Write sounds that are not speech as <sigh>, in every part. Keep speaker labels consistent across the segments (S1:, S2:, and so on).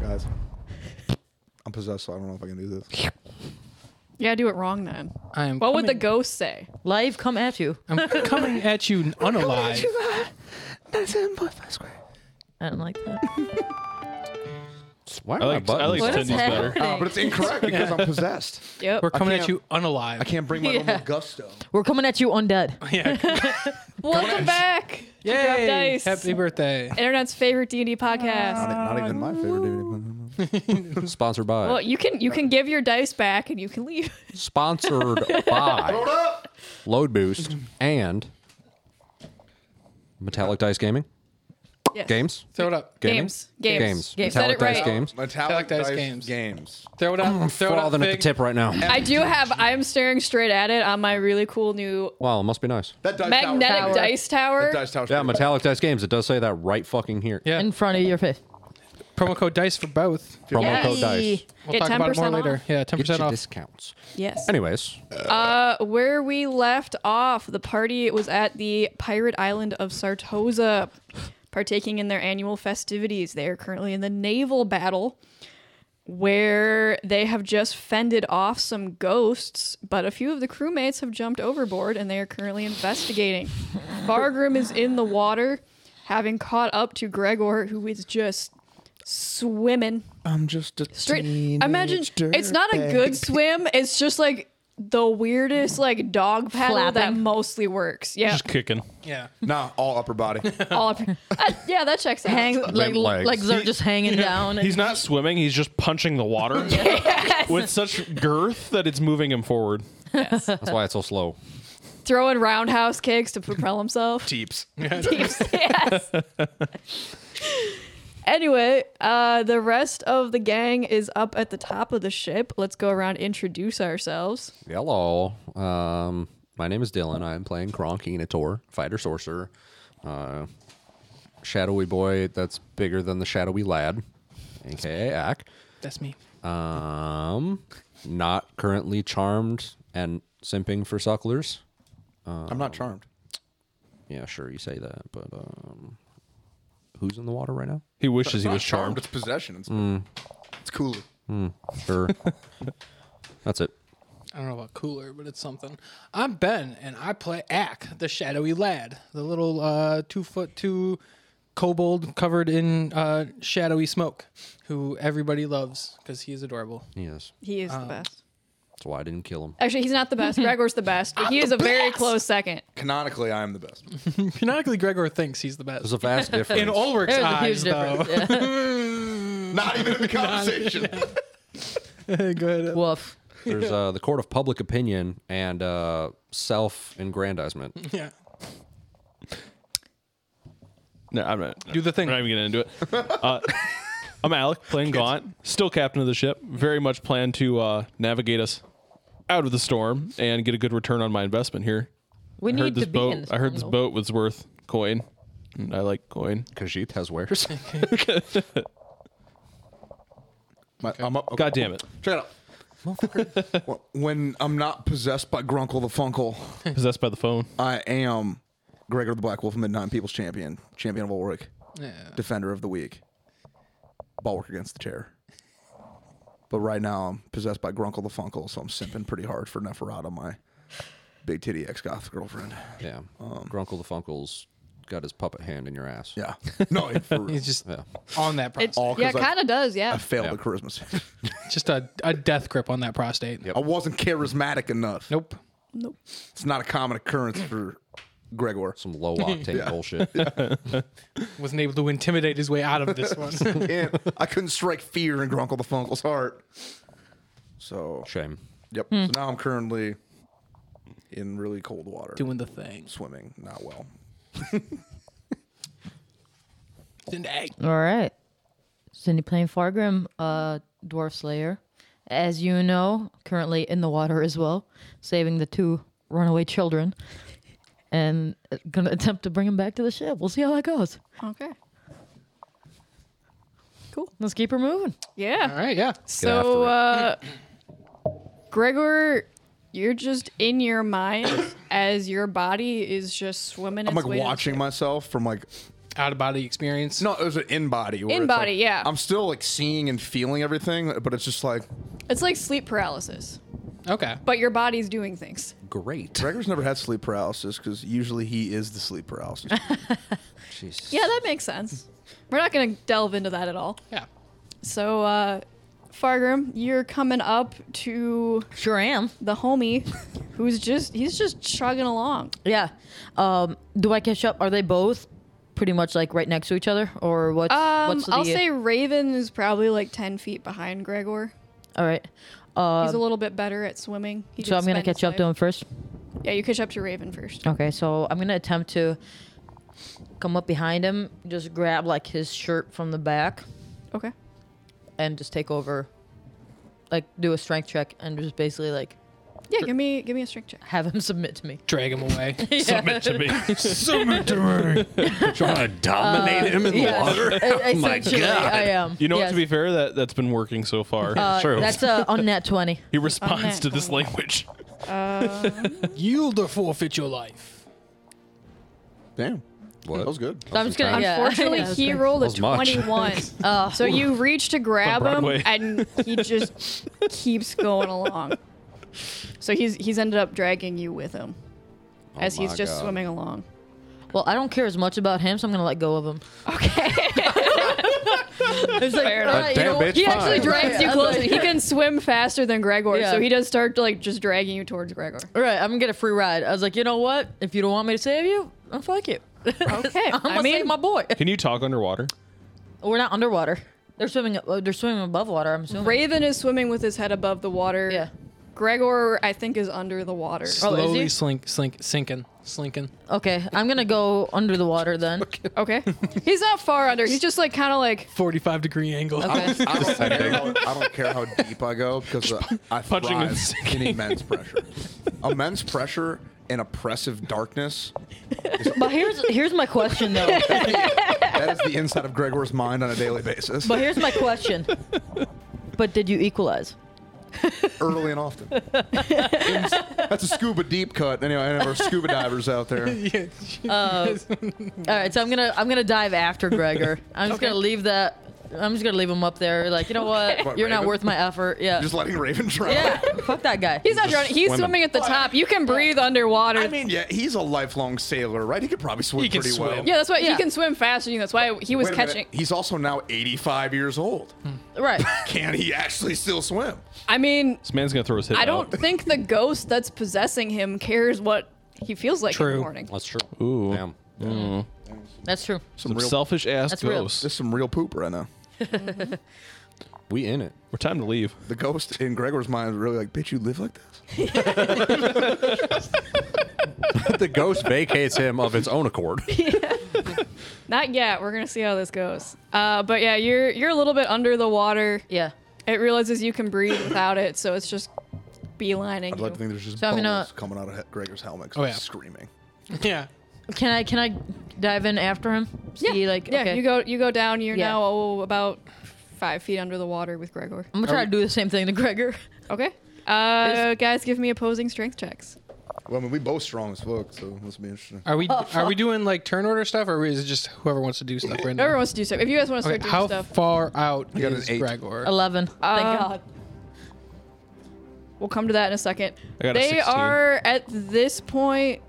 S1: guys. I'm possessed, so I don't know if I can do
S2: <laughs>
S1: this.
S2: Yeah, do it wrong then.
S3: I am.
S2: What would the
S3: coming-
S2: ghost say?
S4: Live come at you.
S3: I'm coming at you unalive.
S1: That's in my square.
S4: I don't like that.
S1: Why are
S5: I like
S1: my
S5: I
S1: buttons?
S5: like
S4: What is
S5: Cindy's better.
S4: happening?
S1: Uh, but it's incorrect because I'm possessed.
S2: Yep.
S3: We're coming
S1: can't-
S3: at you unalive. <laughs>
S1: I can't bring my normal gusto.
S4: We're coming at you undead.
S3: Yeah.
S2: Welcome back.
S3: Yay!
S2: Drop dice.
S3: Happy birthday.
S2: Internet's favorite D and D podcast.
S1: Not, not even my favorite DVD.
S5: Sponsored by.
S2: Well, you can you can give your dice back and you can leave. <laughs>
S5: Sponsored by. Load Boost and Metallic Dice Gaming.
S2: Yes.
S5: Games.
S3: Throw it up.
S5: Gaming?
S2: Games. Games.
S5: Games.
S2: Games.
S5: Metallic
S2: Said it
S5: Dice
S2: right.
S5: Games.
S1: Metallic
S3: Dice
S1: Dice
S3: Games.
S1: games.
S3: Throw it up. Throw it up.
S5: Frothing at the
S3: Fig.
S5: tip right now.
S2: I do have. I'm staring straight at it on my really cool new
S5: Wow, it must be nice.
S1: That dice
S2: magnetic
S1: tower.
S2: dice tower.
S1: That dice tower.
S5: Yeah, Metallic Dice Games. It does say that right fucking here.
S3: Yeah.
S4: In front of your face.
S3: Promo code dice for both.
S5: Promo
S2: Yes.
S5: code dice.
S3: We'll
S2: Get
S3: talk about it
S2: 10%
S3: more
S2: off.
S3: later. Yeah, ten
S5: Get
S3: percent
S5: your
S3: off.
S5: discounts.
S2: Yes.
S5: Anyways,
S2: Uh, where we left off, the party was at the pirate island of Sartosa, partaking in their annual festivities. They are currently in the naval battle, where they have just fended off some ghosts, but a few of the crewmates have jumped overboard and they are currently investigating.
S1: <laughs>
S2: Fargrim is in the water, having caught up to Gregor, who is just swimming
S1: I'm just a
S2: straight imagine it's not a good swim it's just like the weirdest like dog paddle that
S4: Flapping.
S2: mostly works yeah
S5: Just kicking.
S3: Yeah.
S1: Nah, all upper body.
S2: all up- Uh, yeah that checks out
S4: Hang like
S5: legs.
S4: legs are just hanging down.
S5: He's not swimming. He's just punching
S4: <laughs>
S5: the water with such girth that it's moving him forward. That's why it's so slow.
S2: throwing roundhouse kicks to propel <laughs> himself
S1: Deeps.
S2: Yes. yes. anyway, uh, the rest of the gang is up at the top of the ship. Let's go around introduce ourselves.
S5: Hello. Um, my name is Dylan. I'm playing Kronk Enator, fighter sorcerer, uh, shadowy boy that's bigger than the shadowy lad, aka Ack.
S3: That's me.
S5: Um, not currently charmed and simping for sucklers.
S1: I'm not charmed.
S5: Yeah, sure, you say that, but um, who's in the water right now?
S6: He wishes he
S1: Not
S6: was charmed.
S1: It's possession. It's,
S5: Mm.
S1: it's cooler.
S5: Sure. That's it.
S3: I don't know about cooler, but it's something. I'm Ben, and I play Ack, the shadowy lad, the little uh, two foot two kobold covered in uh, shadowy smoke, who everybody loves because he's adorable.
S5: Yes.
S2: He is the best.
S5: That's why I didn't kill him.
S2: Actually, he's not the <laughs> best. Gregor's the best, but he is a very close second.
S1: Canonically, I am the best.
S3: Canonically, Gregor thinks he's the best.
S5: There's a vast difference.
S3: In Ulrich's
S4: There's a huge
S3: eyes, though.
S4: difference. Yeah.
S1: Not even in the conversation.
S3: Go ahead.
S4: Woof.
S5: <laughs> There's uh, the court of public opinion and uh, self-aggrandizement. <laughs>
S3: Yeah.
S6: No, I'm not.
S3: Do the thing.
S6: I'm not even getting into it. Uh, I'm Alec, playing Gaunt, still captain of the ship. Very much plan to uh, navigate us out of the storm and get a good return on my investment here.
S4: We
S6: I
S4: need
S6: heard
S4: to
S6: this
S4: be
S6: boat.
S4: in this
S6: I heard this
S4: jungle.
S6: boat was worth coin. And I like coin.
S5: Khajiit has <laughs> wares.
S1: My, I'm up.
S6: God damn it!
S1: Check it
S5: <laughs>
S1: out. Well, when I'm not possessed by Grunkle the Funkle,
S6: Possessed by the phone.
S1: I am Gregor the Black Wolf, Midnight People's Champion, Champion of Ulrich,
S3: Yeah.
S1: Defender of the Weak, Bulwark against the Terror. But right now, I'm possessed by Grunkle the Funkle, so I'm simping pretty hard for Neferata, my big titty ex goth girlfriend.
S5: yeah. Grunkle the Funkle's got his puppet hand in your ass.
S1: Yeah. No, for real.
S3: He's just
S5: Yeah.
S3: on that
S2: It's,
S3: prostate.
S2: yeah,
S1: 'cause I-
S2: kind of does. Yeah.
S1: I failed
S5: Yeah.
S1: at Christmas.
S3: Just a, a death grip on that prostate.
S5: Yep.
S1: I wasn't charismatic enough.
S3: Nope.
S2: Nope.
S1: It's not a common occurrence for
S5: <laughs>
S1: Gregor.
S5: Some low octane <laughs> bullshit.
S3: Wasn't able to intimidate his way out of
S1: <laughs>
S3: this one.
S1: And I couldn't strike fear in Grunkle the Funkle's heart. So,
S5: Shame.
S1: yep. So now I'm currently in really cold water.
S3: Doing the thing.
S1: swimming not well.
S3: An egg.
S4: All right. Cindy playing Fargrim, uh, Dwarf Slayer. As you know, currently in the water as well, saving the two runaway children. And gonna attempt to bring them back to the ship. We'll see how that goes.
S2: Okay.
S4: Let's keep her moving.
S2: Yeah.
S3: All right, yeah.
S2: So, uh, Gregor, you're just in your mind as your body is just swimming.
S1: I'm
S2: its
S1: like
S2: way to the
S1: watching myself from like
S3: out of body experience.
S1: No, it was an in body.
S2: In body, yeah.
S1: I'm still like seeing and feeling everything, but it's just like
S2: It's like sleep paralysis,
S3: Okay.
S2: but your body's doing things.
S5: Great.
S1: Gregor's never had sleep paralysis because usually he is the sleep paralysis.
S5: Jeez.
S2: Yeah, that makes sense. We're not going to delve into that at all.
S3: Yeah.
S2: So, uh, Fargrim, you're coming up to
S4: Sure am.
S2: the homie who's just, he's just chugging along.
S4: Yeah. Um, do I catch up? Are they both pretty much like right next to each other, or what's
S2: Um,
S4: what's the?
S2: I'll say Raven is probably like 10 feet behind Gregor.
S4: All right.
S2: He's a little bit better at swimming. He
S4: Um, So
S2: did
S4: I'm gonna
S2: spend his
S4: catch up to
S2: life-
S4: him first.
S2: Yeah, you catch up to Raven first.
S4: Okay, so I'm gonna attempt to come up behind him, just grab like his shirt from the back,
S2: Okay.
S4: and just take over, like do a strength check, and just basically like
S2: Yeah, give me give me a strength check.
S4: have him <laughs> submit to me.
S3: Drag him away.
S4: <laughs>
S6: Submit to me.
S5: <laughs> Trying to dominate him in
S4: Uh, yeah.
S5: the water. My
S4: Essentially,
S5: God.
S4: I am.
S6: Oh You know what?
S4: yes.
S6: To be fair, that that's been working so far.
S4: Uh, That's a unnat
S6: <laughs>
S4: twenty.
S6: he
S2: On
S6: responds
S2: that
S6: to this
S2: point.
S6: language.
S3: Yield or forfeit your life.
S1: Damn,
S5: What?
S1: that was good.
S4: <laughs> I'm just gonna. Yeah.
S2: Unfortunately, <laughs>
S4: Yeah,
S2: he rolled a
S5: That was
S2: <laughs>
S5: much.
S2: 21.
S4: Uh,
S2: so you reach to grab
S6: On
S2: him,
S6: Broadway.
S2: and he
S5: <laughs>
S2: just keeps going along. So he's he's ended up dragging you with him as he's
S5: Oh my
S2: just
S5: God.
S2: swimming along.
S4: well, I don't care as much about him, so I'm gonna let go of him.
S2: Okay.
S4: <laughs> It's like,
S2: Fair
S4: all
S2: enough.
S4: right, you
S5: Damn
S4: know what?
S5: bitch.
S2: he actually
S5: fine.
S2: drags you
S4: Yeah.
S2: <laughs> closer. He can swim faster than Gregor,
S4: Yeah.
S2: so he does start to like just dragging you towards Gregor.
S4: All right, I'm gonna get a free ride. I was like, you know what? If you don't want me to save you, then fuck <laughs> you.
S2: Okay.
S4: I'm gonna
S2: I
S4: save
S2: mean,
S4: my boy.
S6: Can you talk underwater?
S4: We're not underwater. They're swimming. Uh, they're swimming above water.
S2: <laughs>
S4: I'm assuming.
S2: Raven is swimming with his head above the water.
S4: Yeah.
S2: Gregor, I think, is under the water.
S4: Oh, is
S3: Slowly
S4: he?
S3: slink, slink, sinking, slinking.
S4: Okay, I'm gonna go under the water
S5: <laughs>
S4: then.
S2: Okay. He's not far under. He's just like kind of like
S3: 45 degree angle.
S4: Okay.
S1: I don't, care how, I don't care how deep I go because uh, I
S6: Punching and
S1: thrive in immense pressure. immense pressure and oppressive darkness.
S4: But here's here's my question though.
S5: <laughs>
S1: That is the inside of Gregor's mind on a daily basis,
S4: But here's my question. But did you equalize?
S1: early and <laughs> often. That's a scuba deep cut. Anyway, and our scuba divers out <laughs> there.
S3: Yeah.
S4: All right, so I'm gonna I'm gonna dive after
S2: <laughs>
S4: Gregor. I'm just
S2: Okay.
S4: gonna leave that. I'm just gonna leave him up there. Like you know what?
S1: What,
S4: You're not
S1: Raven?
S4: worth my effort. Yeah.
S1: Just letting Raven drown.
S4: <laughs> yeah. Fuck that guy.
S2: he's not drowning. He's
S5: swimming.
S2: swimming at the top. You can breathe underwater.
S1: I mean, yeah, he's a lifelong sailor, right? He could probably swim
S3: He can
S1: pretty
S3: swim.
S1: well.
S2: yeah, that's why
S4: Yeah.
S2: he can swim faster. than You that's why he was
S1: Wait a minute,
S2: catching.
S1: He's also now 85 years old.
S4: Right.
S1: Can he actually still swim?
S2: I mean,
S6: This man's gonna throw his head.
S2: I don't
S6: <laughs> Out.
S2: think the ghost that's possessing him cares what he feels like in
S3: True.
S2: the morning.
S5: That's true.
S6: Ooh.
S5: Damn.
S4: That's true.
S1: Some real,
S6: Selfish ass
S4: That's real.
S6: ghost.
S1: this is some real poop right now.
S5: We in it. <laughs>
S6: We're time to leave.
S1: The ghost in Gregor's mind is really like, bitch, you live like this?
S5: the ghost vacates him of its own accord.
S2: Not yet. We're gonna see how this goes. Uh, but yeah, you're you're a little bit under the water.
S4: Yeah.
S2: It realizes you can breathe without it, so it's just beelining.
S1: I'd
S2: You.
S1: like to think there's just
S4: So I'm
S1: bubbles
S4: gonna-
S1: coming out of he- Gregor's helmet 'cause
S3: Oh,
S1: he's
S3: yeah.
S1: screaming.
S3: <laughs> yeah.
S4: Can I can I dive in after him?
S2: yeah,
S4: See, like
S2: yeah.
S4: okay.
S2: You go you go down. You're
S4: Yeah.
S2: now oh, about five feet under the water with Gregor.
S4: I'm gonna try to do the same thing to Gregor.
S2: Okay. Uh, guys, give me opposing strength checks.
S1: Well, I mean, we both strong as fuck, so this will be interesting.
S3: Are we are we doing like turn order stuff, or is it just whoever wants to do stuff right
S2: Whoever
S3: now?
S2: wants to do stuff. If you guys want to start
S3: Okay,
S2: doing
S3: how
S2: stuff,
S3: far out
S1: got an
S3: is
S1: eight.
S3: Gregor?
S4: Eleven.
S2: Uh,
S4: Thank God.
S2: we'll come to that in a second.
S6: I got a
S2: they
S6: 16.
S2: are at this point.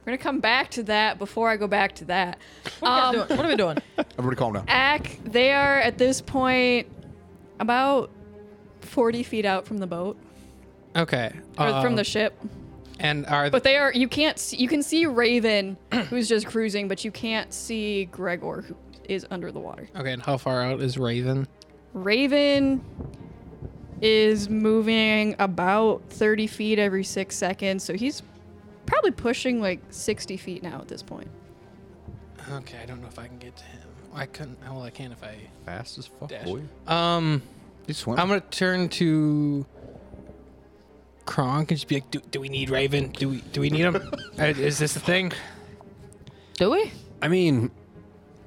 S2: We're gonna come back to that before I go back to that. Um,
S4: what are we doing?
S1: Everybody calm down.
S2: Ack, they are at this point about forty feet out from the boat
S3: Okay.
S2: or from
S3: um,
S6: Uh,
S2: the ship.
S3: and are
S2: But they are. You can't. See, you can see Raven, who's just cruising, but you can't see Gregor, who is under the water.
S3: okay? And how far out is Raven?
S2: Raven is moving about 30 feet every six seconds, so he's probably pushing like 60 feet now at this point.
S3: Okay, I don't know if I can get to him. I couldn't. oh, Well, I can if I
S5: <laughs> Fast as fuck,
S3: dash.
S5: boy.
S3: Um,
S1: He's swimming.
S3: I'm gonna turn to Kronk and just be like, "Do, do we need Raven? Do we do we need
S5: <laughs>
S3: him? Uh, is this the thing?
S4: Do we?
S5: I mean,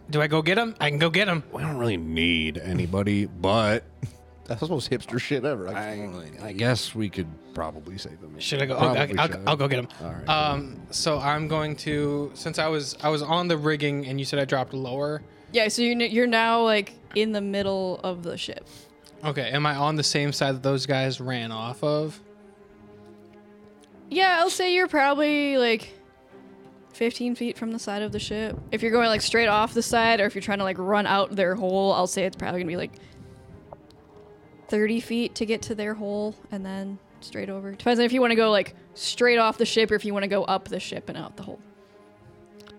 S3: Do I go get him? I can go get him.
S5: we don't really need anybody, but
S1: That's the most hipster shit ever. I,
S5: I guess we could probably save them.
S3: Should I go? I'll,
S5: Probably
S3: I'll, I'll,
S5: should.
S3: I'll go get him.
S5: All right.
S3: Um, so I'm going to since I was I was on the rigging and you said I dropped lower.
S2: Yeah, so you're, you're now like in the middle of the ship.
S3: Okay, am I on the same side that those guys ran off of?
S2: Yeah, I'll say you're probably like 15 feet from the side of the ship. If you're going like straight off the side or if you're trying to like run out their hole, I'll say it's probably gonna be like 30 feet to get to their hole and then straight over. Depends on if you want to go like straight off the ship or if you want to go up the ship and out the hole.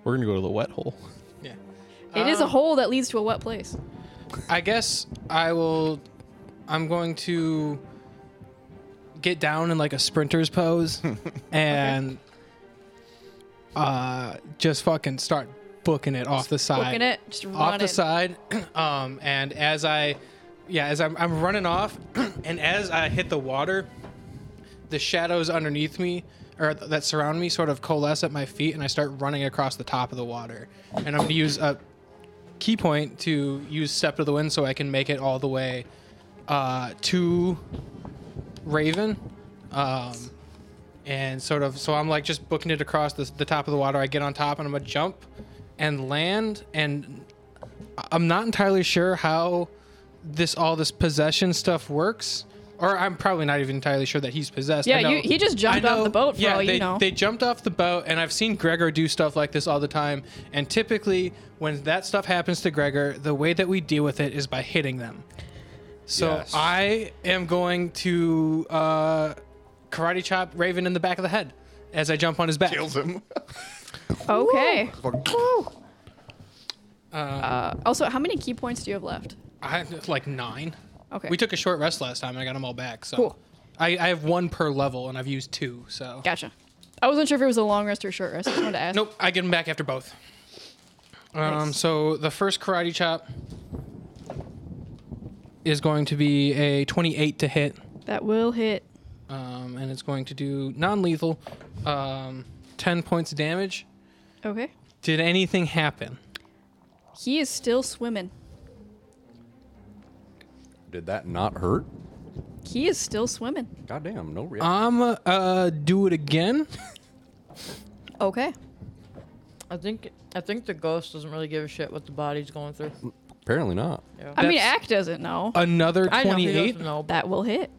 S6: We're gonna go to the wet hole.
S3: Yeah.
S2: It is a
S3: Um,
S2: hole that leads to a wet place.
S3: I guess I will. I'm going to get down in like a sprinter's pose and uh, just fucking start booking it off the side.
S2: Looking at just running.
S3: off the side. <clears throat> Um, and as I, yeah, as I'm, I'm running off, <clears throat> and as I hit the water, the shadows underneath me or th- that surround me sort of coalesce at my feet, and I start running across the top of the water. And I'm gonna use a key point to use Sept of the Wind so I can make it all the way uh, to Raven. Um, and sort of, so I'm like just booking it across the, the top of the water. I get on top and I'm gonna jump and land. And I- I'm not entirely sure how this all this possession stuff works. Or I'm probably not even entirely sure that he's possessed. I
S2: Yeah, you- he just jumped
S3: I
S2: off the boat for
S3: yeah,
S2: all you
S3: they,
S2: know.
S3: they jumped off the boat, and I've seen Gregor do stuff like this all the time. And typically, when that stuff happens to Gregor, the way that we deal with it is by hitting them. So
S5: Yes.
S3: I am going to uh, karate chop Raven in the back of the head as I jump on his back.
S1: Kills him.
S2: Okay.
S1: Fucking-
S2: Uh, also, how many key points do you have left?
S3: I like nine.
S2: Okay.
S3: We took a short rest last time. and I got them all back. So
S2: Cool.
S3: I, I have one per level, and I've used two. So
S2: Gotcha. I wasn't sure if it was a long rest or a short rest. I just wanted to ask.
S3: Nope, I get them back after both. Um,
S2: Nice.
S3: So the first karate chop is going to be a 28 to hit,
S2: That will hit.
S3: um, and it's going to do non-lethal, um, 10 points of damage.
S2: Okay.
S3: Did anything happen?
S2: He is still swimming.
S5: Did that not hurt?
S2: He is still swimming.
S5: Goddamn, no reaction.
S3: I'm uh, do it again.
S2: Okay.
S4: I think I think the ghost doesn't really give a shit what the body's going through.
S5: Apparently not.
S2: I mean,
S3: That's-
S2: Ack doesn't know.
S3: Another
S4: I know he
S3: 28,
S4: doesn't know, but
S2: That will hit.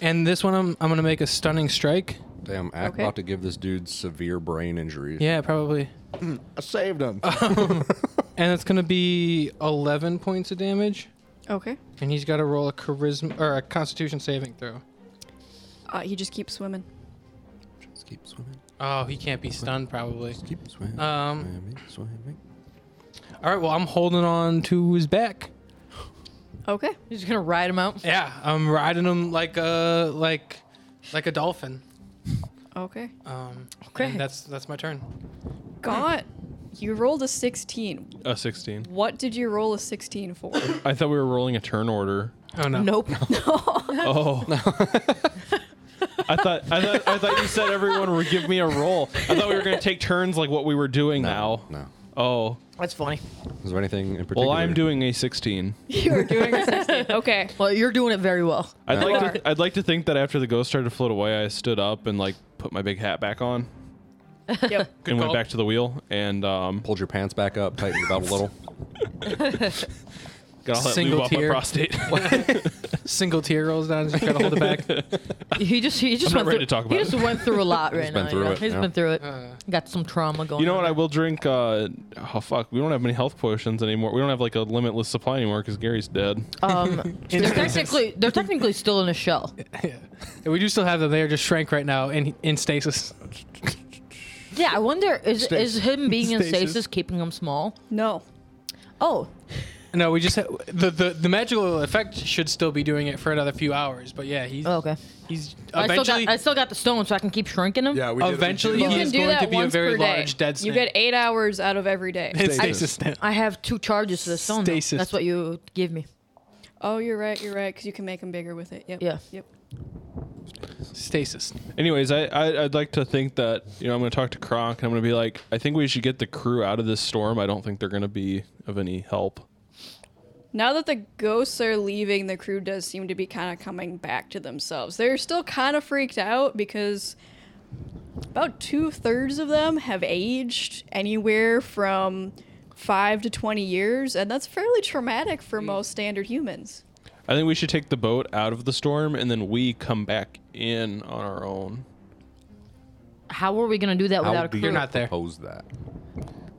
S3: and this one I'm I'm gonna make a stunning strike.
S5: Damn, Ack
S2: Okay.
S5: about to give this dude severe brain injuries.
S3: Yeah, probably.
S1: I saved him.
S3: And it's gonna be 11 points of damage,
S2: Okay.
S3: and he's got to roll a charisma or a Constitution saving throw.
S2: Uh, he just keeps swimming.
S5: Just keep swimming.
S3: Oh, he can't be stunned probably.
S5: Just keep swimming.
S6: Uh,
S3: Um,
S5: swimming, swimming.
S3: all right, well, I'm holding on to his back.
S2: Okay.
S4: he's gonna ride
S2: <laughs>
S4: him out.
S3: Yeah, I'm riding him like a like like a dolphin.
S2: Okay.
S3: Um,
S4: Okay.
S3: and that's that's my turn.
S2: Got. You rolled a 16.
S6: A sixteen.
S2: What did you roll a 16 for?
S6: I thought we were rolling a
S2: <laughs>
S6: turn order.
S3: Oh no.
S4: Nope.
S6: Oh. <laughs> I thought I thought I thought you said everyone would give me a roll. I thought we were gonna take turns like what we were doing now.
S5: No.
S6: Oh.
S4: That's funny.
S5: Is there anything in particular?
S6: Well, I'm doing a 16.
S2: you were doing a 16. <laughs> Okay.
S4: Well, you're doing it very well.
S6: I'd
S5: Yeah.
S3: <laughs>
S6: like to th- I'd like to think that after the ghost started to float away, I stood up and like put my big hat back on
S2: Yep.
S6: and went
S3: call.
S6: back to the wheel and um
S5: Pulled your pants back up, tightened your belt a little.
S6: got all that
S3: Single
S6: lube off my
S3: tear.
S6: prostate. <laughs>
S3: Single tear rolls down. Just gotta hold it <laughs> back.
S4: He just he just
S6: I'm not
S4: went through,
S6: ready to talk
S4: he
S6: about
S4: just went through a lot right
S5: been
S4: now.
S5: through
S4: you know?
S5: it,
S4: He's
S5: yeah.
S4: been through it. Got some trauma going.
S6: you know what? <laughs>
S4: on.
S6: I will drink. Uh, oh fuck, we don't have many health potions anymore. We don't have like a limitless supply anymore because Gary's dead.
S4: Um, they're technically they're technically still in a shell.
S3: yeah. And we do still have them. They are just shrank right now in in stasis.
S4: Yeah, I wonder is is him being in
S1: Stasis.
S4: stasis keeping him small?
S2: No.
S4: Oh,
S3: No, we just ha- the, the the magical effect should still be doing it for another few hours. But yeah, he's
S4: oh, okay.
S3: he's
S4: I still
S3: eventually
S4: got I still got the stone, so I can keep shrinking
S1: <laughs>
S4: him.
S1: yeah, we did it.
S3: eventually
S1: We
S2: You
S1: did it.
S3: he
S2: can
S3: is
S2: do
S3: going
S2: that
S3: to be a
S2: once
S3: very
S2: per day.
S3: large dead
S2: You
S3: snake.
S2: get eight hours out of every day.
S3: <laughs> in
S1: Stasis.
S3: stasis. now.
S4: I have two charges to the stone. though.
S3: Stasis.
S4: That's what you gave me.
S2: Oh, you're right. You're right. Because you can make them bigger with it. Yep.
S4: Yeah.
S2: Yep.
S3: Stasis.
S6: Anyways, I, I I'd like to think that you know I'm gonna talk to Kronk and I'm gonna be like, I think we should get the crew out of this storm. I don't think they're gonna be of any help.
S2: Now that the ghosts are leaving, the crew does seem to be kind of coming back to themselves. They're still kind of freaked out because about two thirds of them have aged anywhere from five to 20 years, and that's fairly traumatic for most standard humans.
S5: Mm.
S6: I think we should take the boat out of the storm and then we come back in on our own.
S4: How are we gonna do that <laughs>
S5: How
S4: without a
S5: do
S4: crew?
S5: you
S3: You're not there.
S5: Propose that.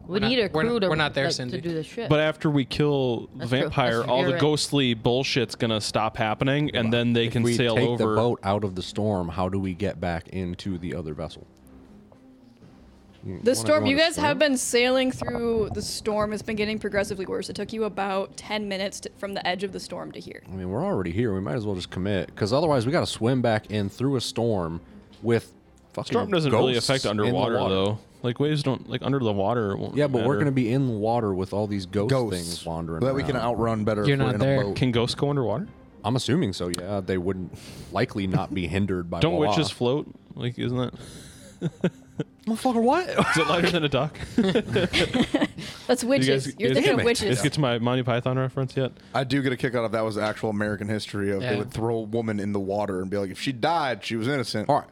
S4: we
S3: not-
S4: need a
S3: we're
S4: crew
S3: not-
S4: to,
S3: we're not there,
S4: like,
S3: Cindy.
S4: to do this <laughs> shit.
S6: But after we kill the
S4: That's true.
S6: vampire,
S4: That's-
S6: all
S4: you're
S6: the
S4: right.
S6: ghostly bullshit's gonna stop happening, and then they
S5: If
S6: can
S5: we
S6: sail
S5: take
S6: over.
S5: the boat out of the storm. How do we get back into the other vessel? You wanna
S2: The
S5: go
S2: storm,
S5: on
S2: you
S5: a
S2: guys
S5: swim?
S2: have been sailing through the storm. It's been getting progressively worse. It took you about 10 minutes to, from the edge of the storm to here.
S5: I mean, we're already here. We might as well just commit, because otherwise we got to swim back in through a storm with fucking.
S6: storm doesn't really
S5: ghosts
S6: affect
S5: in the
S6: underwater
S5: water.
S6: though. Like waves don't like under the water. it won't
S5: Yeah, but we're
S6: matter.
S5: gonna be in the water with all these ghost
S1: Ghosts.
S5: things wandering.
S1: That we can
S5: around.
S1: outrun better.
S3: You're
S1: if we're
S3: not
S1: in
S3: there.
S1: A boat.
S6: Can ghosts go underwater?
S5: I'm assuming so. Yeah, they wouldn't likely not be hindered by.
S6: Don't
S5: Wah-Wah.
S6: witches float? Like, isn't that?
S5: motherfucker? What?
S6: Is it lighter than a duck? <laughs>
S2: That's witches.
S6: guys-
S2: You are thinking
S6: guys- Damn
S2: of
S6: it. Let's
S2: witches.
S6: get to my Monty Python reference yet.
S1: I do get a kick out of that was actual American history of
S3: Yeah.
S1: they would throw a woman in the water and be like, if she died, she was innocent.
S5: <laughs> All right,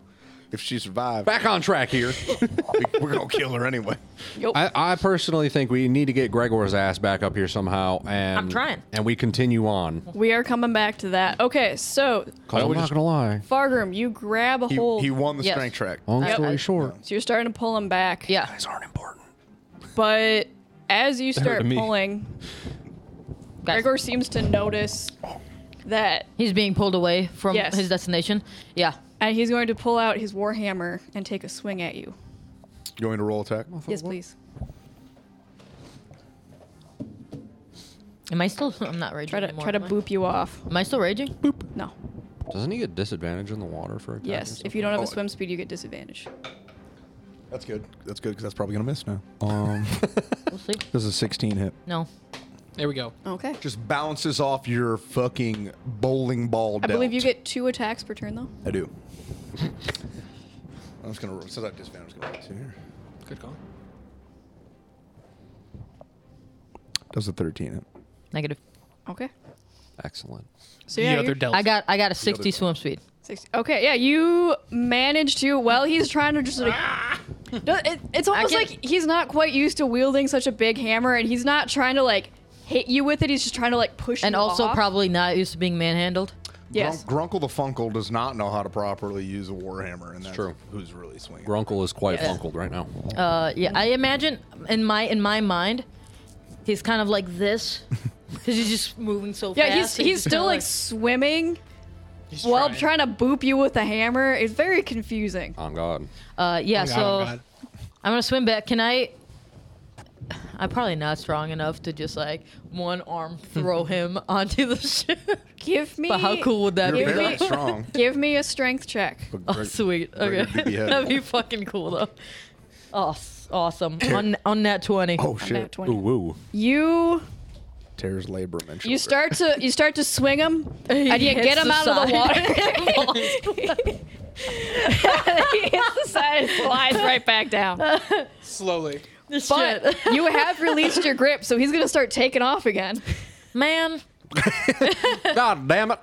S1: If she survived,
S5: back on track <laughs> here.
S1: we- we're gonna kill her <laughs> anyway.
S2: Yup.
S5: I, I personally think we need to get Gregor's ass back up here somehow, and
S4: I'm trying.
S5: and we continue on.
S2: We are coming back to that. Okay, so
S5: 'Cause
S1: don't
S5: I'm
S1: we
S5: not
S1: just-
S5: gonna lie.
S2: Fargrim, you grab a
S1: He,
S2: hold.
S1: he won the
S4: Yes.
S1: strength track.
S5: Long
S4: Yep.
S5: story
S4: I-
S5: short,
S2: so you're starting to pull him back.
S4: yeah,
S5: guys aren't important.
S2: But as you start
S6: me.
S2: pulling,
S4: guys,
S2: Gregor seems to notice
S1: Oh.
S2: that,
S4: he's being pulled away from
S2: Yes.
S4: his destination. Yeah,
S2: and uh, he's going to pull out his warhammer and take a swing at you.
S1: Going to roll attack.
S2: Yes, please.
S4: am I still? <laughs> I'm not raging.
S2: Try to
S4: anymore,
S2: try to
S4: am I?
S2: boop you off.
S4: Am I still raging? Boop.
S2: No.
S5: Doesn't he get disadvantage in the water for a
S2: Yes. If you don't have
S1: Oh,
S2: a swim speed, you get disadvantage.
S1: That's good. That's good because that's probably gonna miss now. Um,
S4: We'll see.
S1: <laughs> this is a 16 hit.
S4: No.
S3: There we go.
S2: Okay.
S1: Just bounces off your fucking bowling ball.
S2: I believe you get two attacks per turn, though.
S1: I <laughs> do. I'm just gonna roll. Since I disadvantage, I'm gonna roll two here.
S3: Good call.
S1: Does a 13 hit?
S4: Negative.
S2: Okay.
S5: Excellent.
S2: So yeah,
S3: the other
S2: you're-
S3: delta.
S4: I got I got a 60 swim speed.
S2: 60. Okay, yeah, you managed to. Well, he's trying to just like. No, it- it's almost
S4: can-
S2: like he's not quite used to wielding such a big hammer, and he's not trying to like hit you with it. He's just trying to like push.
S4: And
S2: you
S4: also
S2: off.
S4: probably not used to being manhandled.
S2: yes.
S1: Grunk- Grunkle the Funkle does not know how to properly use a warhammer, and that's
S5: true.
S1: Who's really swinging?
S5: Grunkle is quite funkled right now.
S4: Uh, yeah, I imagine in my in my mind, he's kind of like
S1: <laughs>
S4: this, because he's just moving so
S2: Yeah,
S4: fast.
S2: he's
S4: and
S2: he's
S4: kinda
S2: still
S4: <laughs>
S2: like swimming
S3: He's
S2: while trying to boop you with a hammer. It's very confusing.
S5: On God.
S4: Uh, yeah,
S3: Oh, God,
S4: so
S3: oh, God.
S4: I'm gonna swim back. Can I? <sighs> I'm probably not strong enough to just like one
S1: <laughs>
S4: arm throw him onto the <laughs> ship.
S2: Give me.
S4: but how cool would that
S1: You're
S4: be?
S2: Give
S4: <laughs>
S1: very
S2: me-
S1: strong.
S2: Give me a strength check.
S1: but
S4: Oh,
S1: Greg-
S4: sweet.
S1: Greg would
S4: <laughs> Okay,
S1: be ahead.
S4: that'd be fucking cool though. Oh, s- awesome. on on that twenty.
S1: oh
S2: I'm at
S1: shit!
S2: 20.
S5: Ooh, woo.
S2: You
S1: Tears labrum and
S2: you
S1: shoulder.
S2: start to you start to swing him,
S4: He
S2: and you
S4: hits
S2: get him
S4: the
S2: out of the water.
S4: side. <laughs>
S2: <laughs> he hits the side and slides right back down.
S3: slowly.
S2: But
S4: <laughs>
S2: you have released your grip, so he's gonna start taking off again.
S4: <laughs> man.
S5: God
S4: <laughs>
S5: damn it.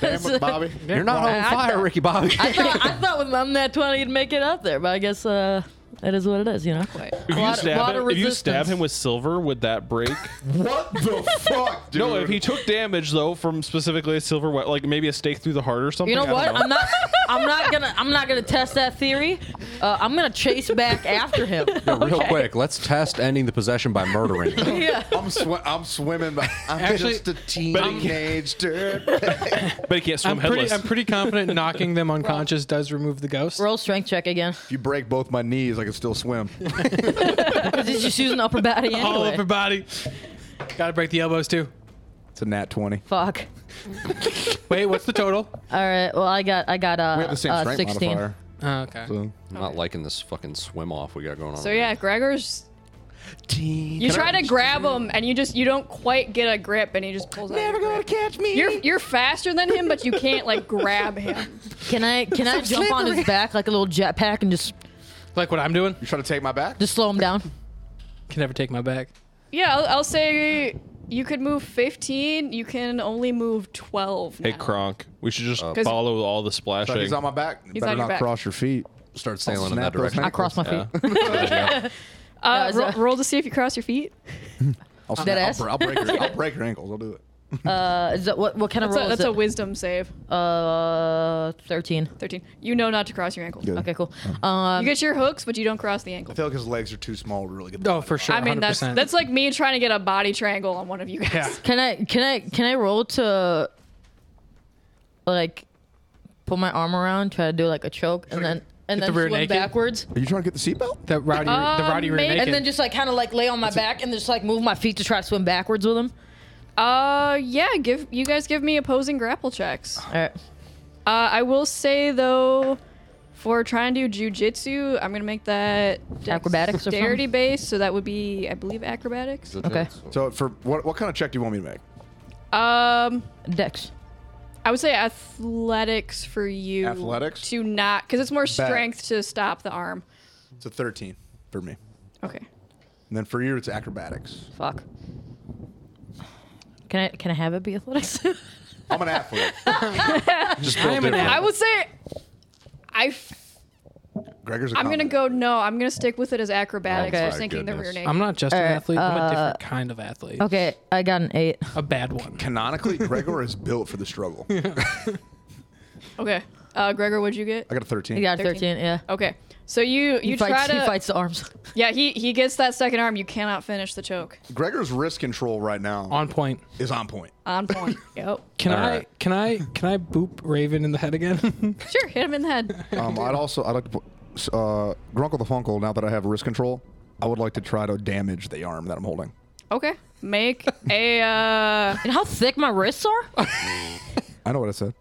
S1: Damn it, Bobby.
S5: You're not on
S4: I
S5: fire,
S4: thought-
S5: Ricky Bobby.
S4: I thought, I thought with I'm that 20 you'd make it out there, but I guess uh, it is what it is, you know?
S6: If you,
S4: Water-
S6: stab
S4: water
S6: him, if you stab
S4: resistance.
S6: him with silver, would
S5: <laughs>
S6: that break?
S1: What the fuck, dude?
S6: no, if he took damage though from specifically a silver, we- like maybe a stake through the heart or something.
S4: You know
S6: I don't
S4: what? I'm not. I'm not gonna. I'm not gonna test that theory. Uh, I'm gonna
S2: <laughs>
S4: chase back after him.
S5: Yeah, <laughs> real quick, let's test ending the possession
S2: <laughs>
S5: by murdering.
S4: Yeah.
S1: I'm, swi- I'm swimming. But I'm
S3: Actually,
S1: just a
S6: but he-
S1: teenage dude.
S6: but he can't swim
S3: I'm
S6: headless.
S3: pretty, I'm pretty confident
S4: <laughs>
S3: knocking them unconscious does remove the ghost.
S4: Roll strength check again.
S1: If you break both my knees, I can still swim.
S4: Because he's just using upper
S2: <laughs>
S4: body
S2: Oh,
S4: anyway.
S3: All upper body. Gotta break the elbows too.
S1: It's a nat 20.
S4: Fuck.
S3: Wait, what's the total?
S4: All right. Well, I got. I got uh,
S1: We have the same
S4: uh,
S1: strength
S4: 16.
S1: modifier.
S3: <laughs> Oh, okay.
S1: So.
S5: I'm not liking this fucking swim off we got going on.
S2: So yeah, Gregor's. You try to grab him, and you just you don't quite get a grip, and he just pulls out. Never gonna catch me. You're you're faster than him, but you can't like grab <laughs> him.
S4: Can I? Can I jump on his back like a little jetpack and just
S3: Like what I'm doing?
S1: You trying to take my back?
S4: just slow him down?
S3: Can never take my back.
S2: Yeah, I'll, I'll say You could move 15. You can only move 12.
S6: Hey,
S2: now. Uh,
S6: Kronk, we should just
S2: 'Cause-
S6: follow all the
S1: So
S6: splashing.
S1: he's on my back.
S2: He's
S1: Better
S2: on your
S1: not
S2: back.
S1: cross your feet.
S5: Start sailing in
S1: Snap
S5: that
S1: those
S5: direction.
S4: I crossed my feet.
S5: Yeah.
S2: Uh,
S4: is
S2: ro-
S4: that-
S2: roll to see if you cross your feet.
S1: I'll, snap,
S4: Dead
S1: I'll,
S4: ass?
S1: br- I'll break her. I'll break her ankles. I'll do it.
S4: Uh, is that, what, what kind
S2: That's,
S4: of
S2: a,
S4: roll
S2: that's
S4: is
S2: a
S4: it?
S2: wisdom save.
S4: uh, 13.
S2: 13. You know not to cross your ankle.
S1: Good.
S4: Okay, cool. Um,
S2: You get your hooks, but you don't cross the ankle.
S1: I feel like his legs are too small to really get. The
S3: Oh, for sure.
S2: I mean, that's
S3: 100%.
S2: that's like me trying to get a body triangle on one of you guys.
S3: Yeah.
S4: can I can I can I roll to like put my arm around, try to do like a choke, and then and
S3: hit the
S4: then
S3: rear
S4: swim
S3: naked?
S4: backwards,
S1: Are you trying to get the seatbelt?
S3: That Roddy, the
S2: Uh,
S3: Roddy rear
S2: maybe-
S3: naked.
S4: Um, and then just like kind of like lay on my back and just like move my feet to try to swim backwards with him.
S2: Uh, yeah. Give you guys give me opposing grapple checks.
S4: All right.
S2: Uh, I will say though, for trying to do jujitsu, I'm gonna make that
S4: Acrobatics or
S2: dexterity
S4: something?
S2: based. So that would be, I believe, acrobatics.
S4: Okay.
S1: So for what what kind of check do you want me to make?
S2: Um,
S4: Dex.
S2: I would say athletics for you.
S1: Athletics?
S2: to not because it's more
S1: Bet.
S2: strength to stop the arm.
S1: It's a thirteen for me,
S2: Okay.
S1: and then for you it's acrobatics.
S4: Fuck. Can I can I have it be athletics? <laughs>
S1: I'm an athlete. Just built
S3: am an
S1: different.
S2: I would say, I. F-
S1: <laughs> Gregor's. A
S2: I'm gonna
S1: combat.
S2: go. No, I'm gonna stick with it as acrobatics.
S4: Okay.
S2: Just thinking the rear
S5: goodness.
S2: naked.
S3: I'm not just an athlete. I'm a
S4: Uh, oh.
S3: different kind of athlete.
S4: okay, I got an eight.
S3: A bad one.
S1: Canonically, Gregor is built for the struggle. I
S2: okay. Uh, Gregor, what'd you get?
S1: got a thirteen.
S4: You got a
S2: 13.
S4: thirteen. Yeah.
S2: Okay. So you
S4: He
S2: you try
S4: fights.
S2: to
S4: He fights the arms.
S2: yeah he he gets that second arm. You cannot finish the choke.
S1: Gregor's wrist control right now
S3: On point.
S1: is on point. <laughs>
S2: On point. yep.
S3: Can
S5: All
S3: I?
S5: right.
S3: Can I? Can I boop Raven in the head again?
S2: Sure. Hit him in the head.
S1: Um, I'd also I'd like to put uh, Grunkle the Funkle. Now that I have wrist control, I would like to try to damage the arm that I'm holding.
S2: Okay. Make a. Uh,
S4: And how thick my wrists are?
S1: I know what I said.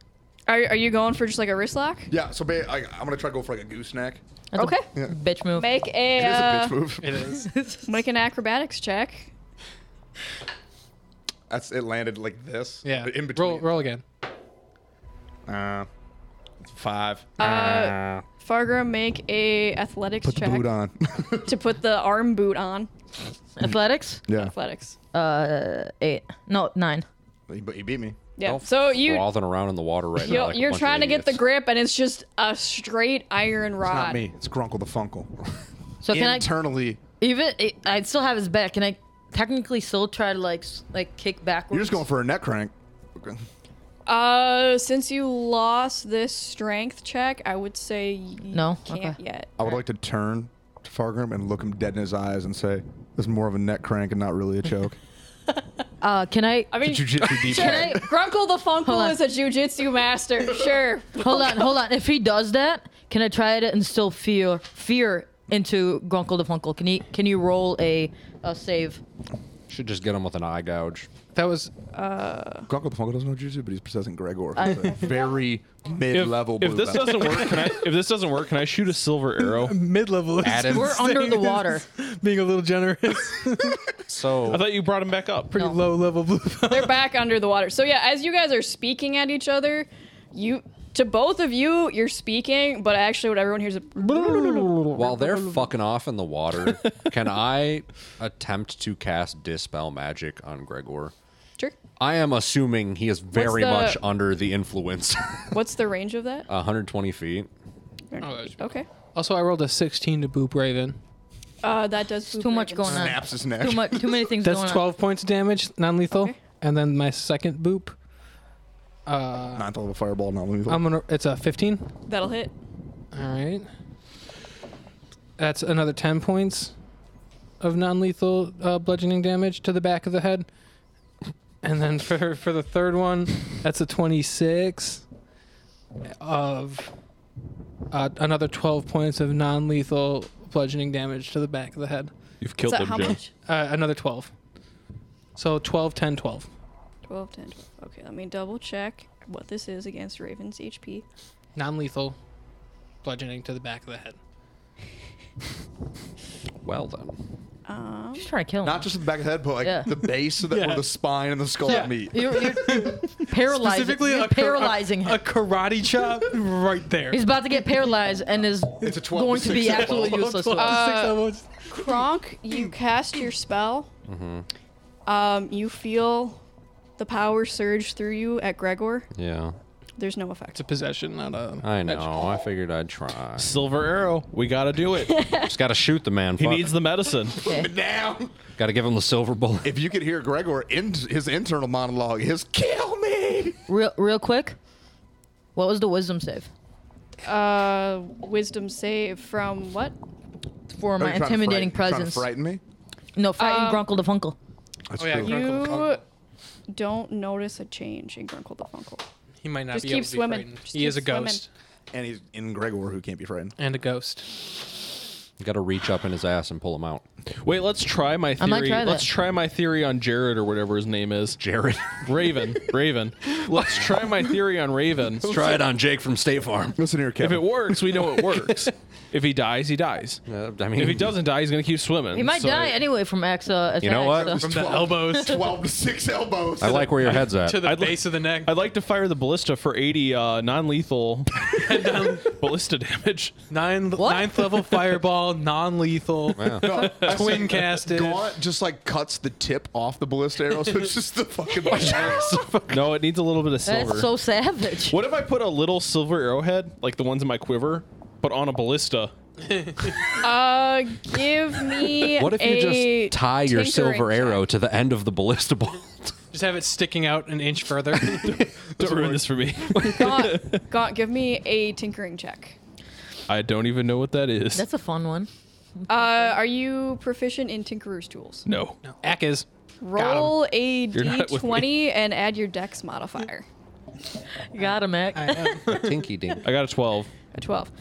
S2: are are you going for just like a wrist lock?
S1: Yeah, so ba- I, I'm gonna try to go for like a gooseneck.
S4: That's a
S2: Okay.
S4: Bitch move.
S2: Make a.
S1: It is
S2: Uh,
S1: a bitch move.
S3: is.
S2: make an acrobatics check.
S1: <laughs> That's it landed like this.
S3: Yeah.
S1: in between.
S3: Roll, roll again.
S1: Uh, five.
S2: Uh, Fargra, make a athletics
S1: Put
S2: check
S1: the boot on.
S2: <laughs> to put the arm boot on.
S4: Athletics.
S1: yeah,
S2: Athletics.
S4: Uh, eight. No, nine.
S1: he, but he beat me.
S2: Yeah.
S5: Don't
S2: so you
S5: frothing around in the water right now.
S2: you're,
S5: like a
S2: you're
S5: bunch of
S2: trying to get the
S5: idiots.
S2: grip, and it's just a straight iron rod.
S1: Not me. It's Grunkle the <laughs> Funkle.
S4: So can I
S1: Internally,
S4: even? I- I'd still have his back. Can I technically still try to like s- like kick backwards?
S1: you're just going for a neck crank. Okay.
S2: Uh, since you lost this strength check, I would say you
S4: No?
S2: can't
S4: Okay.
S2: yet.
S1: I would like to turn to Fargrim and look him dead in his eyes and say, "This is more of a neck crank and not really a choke."
S4: Uh, can I?
S2: I mean,
S1: Jiu-jitsu deep
S4: Can I?
S2: Grunkle the
S4: on.
S2: Funkle is a jujitsu master. Sure.
S4: Hold on, hold on. If he does that, can I try to instill fear fear into Grunkle the Funkle? Can he? Can you roll a a save?
S5: Should just get him with an eye gouge.
S3: That was
S1: Grunkle the Funkle doesn't know jujitsu, but he's possessing Gregor. It's a very
S6: if,
S1: mid-level.
S6: if
S1: blue
S6: this
S1: belt.
S6: doesn't work, can I? If this doesn't work, can I shoot a silver arrow?
S3: mid level.
S5: Adam.
S1: <laughs>
S4: We're under the water. <laughs>
S3: Being a little <laughs> generous.
S5: So
S6: I thought you brought him back up.
S3: Pretty
S4: No.
S3: low level blue.
S2: They're back under the water. So yeah, as you guys are speaking at each other, you to both of you, you're speaking, but actually, what everyone hears is
S5: while they're fucking off in the water, can I attempt to cast dispel magic on Gregor?
S2: Sure.
S5: I am assuming he is very
S2: the-
S5: much under the influence. <laughs>
S2: What's the range of that?
S5: 120 feet.
S2: Okay.
S3: also, I rolled a 16 to boop Raven.
S2: Uh, that does boop
S4: Too much
S2: Reagan's-
S4: going
S1: <laughs>
S4: on.
S1: snaps his neck.
S4: Too much. Too many things
S3: That's
S4: going
S3: 12 points of damage, non lethal.
S2: Okay.
S3: And then my second boop. Uh,
S1: Ninth level fireball, not lethal.
S3: I'm gonna. It's a 15.
S2: That'll hit.
S3: All right. That's another 10 points of non lethal uh, bludgeoning damage to the back of the head. And then for, for the third one, that's a 26 of uh, another 12 points of non lethal bludgeoning damage to the back of the head.
S6: You've killed
S2: Is that
S6: him,
S2: how
S6: Joe.
S2: much?
S3: Uh, another 12. So 12, 10, 12.
S2: 12, 10, 12. Okay, let me double check what this is against Raven's HP.
S3: Non lethal bludgeoning to the back of the head.
S5: Well then.
S4: on. Just trying to kill him.
S1: Not just the back of the head, but like
S4: Yeah.
S1: the base of the,
S3: Yeah.
S1: or the spine and the skull
S3: Yeah.
S1: meet.
S4: You're,
S1: <laughs>
S4: you're paralyzing.
S3: Specifically,
S4: you're
S3: a, kara-
S4: paralyzing
S3: a,
S4: him.
S3: a karate chop <laughs> right there.
S4: He's about to get paralyzed and is
S1: It's a 12
S4: going
S1: to
S4: to be
S1: 6
S4: absolutely
S2: Uh,
S1: level.
S4: useless. to us.
S2: Kronk, you cast your spell. Um, you feel the power surge through you at Gregor.
S5: Yeah,
S2: There's no
S3: It's
S2: effect.
S3: a possession, not a.
S5: I know. I figured I'd
S2: <laughs>
S5: try.
S6: Silver arrow. We got to
S4: <laughs>
S6: do it.
S5: Just gotta shoot the man.
S6: He needs the medicine.
S1: Now,
S5: Gotta give him the silver bullet.
S1: if you could hear Gregor in his internal monologue, his kill me.
S4: Real, real quick. What was the wisdom save
S2: Uh, wisdom save from what?
S4: for
S1: Are
S4: my
S1: you trying to
S4: intimidating
S1: frighten- trying to
S4: presence?
S1: frighten me.
S4: No, fighting
S2: Um,
S4: Grunkle the Funkle.
S1: That's
S3: Oh, yeah,
S1: true.
S3: Grunkle the
S2: You
S3: Funkle.
S2: don't notice a change in Grunkle the Funkle.
S3: He might not
S2: Just
S3: be
S2: keep
S3: able to be
S2: swimming.
S3: frightened.
S2: Just
S3: He is a
S2: keep swimming.
S3: ghost
S1: And he's in Gregor, who can't be frightened.
S3: and a ghost.
S5: Gotta reach up in his ass and pull him out.
S6: Wait, let's try my
S4: I might
S6: theory.
S4: try that.
S6: let's try my theory on Jared or whatever his name is.
S5: Jared,
S6: Raven. Raven. Let's try my theory on Raven.
S5: try it on Jake from State Farm.
S1: Listen here,
S6: If
S1: Kevin.
S6: it works, we know it works. if he dies, he dies.
S5: Uh, I mean,
S6: If he doesn't die, he's gonna keep swimming.
S4: He might
S6: so-
S4: die anyway from Axa.
S5: You know what?
S4: Axa.
S3: From the
S4: <laughs>
S3: elbows to
S1: Twelve to six elbows.
S5: I like where your head's at.
S3: the
S6: I'd like-
S3: base of the neck.
S6: I'd like to fire the ballista for 80
S3: <laughs>
S6: uh, non-lethal <laughs> ballista damage.
S3: Nine, ninth level
S2: <laughs>
S3: fireball, non lethal, <laughs>
S1: No, I said
S3: twin casted.
S1: Gaunt just like cuts the tip off the ballista arrow, so it's just the fucking.
S6: No, it needs a little bit of
S4: That's
S6: silver.
S4: so savage.
S6: what if I put a little silver arrowhead, like the ones in my quiver, but on
S3: <laughs>
S6: a ballista?
S2: Uh, give me.
S5: <laughs> What if you
S2: a
S5: just tie your
S2: tinkering
S5: silver
S2: check.
S5: arrow to the end of the ballista bolt?
S3: Just have it sticking out an inch <laughs> further.
S6: Don't ruin this
S3: <laughs>
S6: for me.
S5: <laughs>
S2: Gaunt, Gaunt, give me a tinkering check.
S6: I don't even know what that is.
S4: That's a fun one.
S2: Uh, are you proficient in Tinkerer's tools?
S6: no.
S3: no. Ack is.
S2: Roll a
S6: not with
S2: d20 and add your dex modifier.
S4: Got him, Mac.
S3: I am.
S5: <laughs> Tinky dink.
S6: I got a 12.
S2: A 12.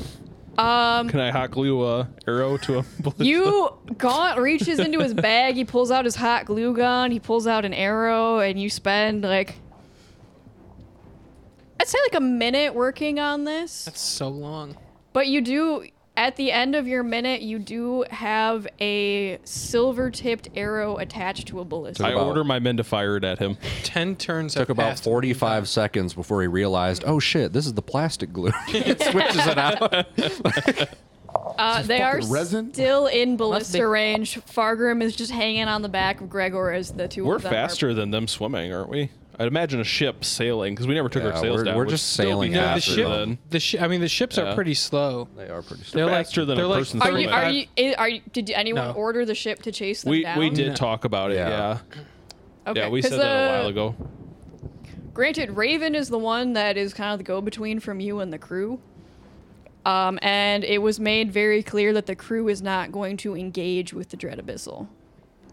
S2: Um,
S6: Can I hot glue a arrow to a
S2: <laughs>
S6: ballista?
S2: you Gaunt reaches into his bag. He pulls out his hot glue gun. He pulls out an arrow, and you spend like I'd say like a minute working on this.
S3: so long.
S2: But you do, at the end of your minute, you do have a silver tipped arrow attached to a ballista.
S6: I
S5: About-
S6: order my men to fire it at him.
S3: 10 turns
S5: Took about 45 seconds before he realized, oh shit, this is the plastic glue. it switches it out.
S2: Uh, they are
S1: fucking resin?
S2: still in
S4: be.
S2: ballista range. Fargrim is just hanging on the back of Gregor as the two
S6: We're
S2: of them are-
S6: faster than them swimming, aren't we? I'd imagine a ship sailing because we never took
S5: Yeah,
S6: our sails
S5: we're-
S6: down.
S5: we're
S6: would
S5: just
S6: still be
S5: sailing
S3: No, the
S5: Faster
S3: ship.
S6: than-
S3: The shi I mean, the ships
S6: Yeah.
S3: are pretty slow.
S5: They are pretty
S3: They're
S6: faster
S3: like,
S6: than a
S3: they're like
S6: person's
S2: Are you, are
S3: 35
S2: you, i- are you, did anyone
S3: No.
S2: order the ship to chase them
S6: We,
S2: down?
S6: we did
S3: No.
S6: talk about it,
S5: Yeah.
S6: yeah.
S2: Okay.
S6: Yeah, we
S2: 'cause uh,
S6: said that a
S2: the-
S6: while ago.
S2: Granted, Raven is the one that is kind of the go-between from you and the crew. Um, and it was made very clear that the crew is not going to engage with the Dread Abyssal.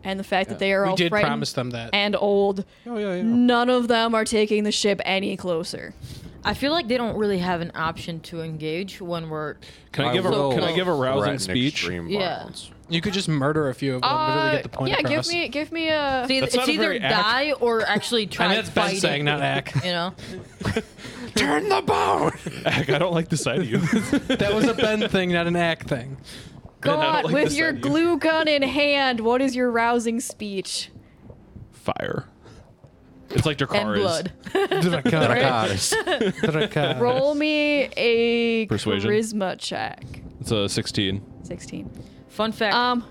S2: And the fact that they are
S3: We
S2: all
S3: did
S2: frightened
S3: promise them that.
S2: and old,
S3: Oh, yeah, yeah.
S2: none of them are taking the ship any closer.
S4: I feel like they don't really have an option to engage when we're.
S6: Can I, give a
S4: will
S6: can I give a rousing speech?
S4: Yeah.
S5: Yeah.
S3: You could just murder a few of them to really get the point
S2: Uh, yeah,
S3: across.
S2: give me
S3: <laughs>
S2: give me a
S4: See,
S6: That's
S4: it's
S6: not a
S4: either
S6: very act-
S4: die or actually
S3: and
S4: try
S3: that's Ben
S4: fighting.
S3: saying, not Ack.
S4: you know,
S5: Turn the boat.
S6: Heck, <laughs> I don't like the sight of you. <laughs>
S3: that was a
S2: <laughs>
S3: Ben thing, not an Ack thing.
S6: I
S2: God
S6: don't like
S2: with
S6: this
S2: your
S6: idea.
S2: glue gun in hand. What is your
S3: <laughs>
S2: rousing speech?
S6: Fire. It's like Dracaris.
S4: and blood.
S2: Roll me a
S6: Persuasion.
S2: charisma check.
S6: It's a 16.
S2: Sixteen.
S4: Fun fact:
S2: Um.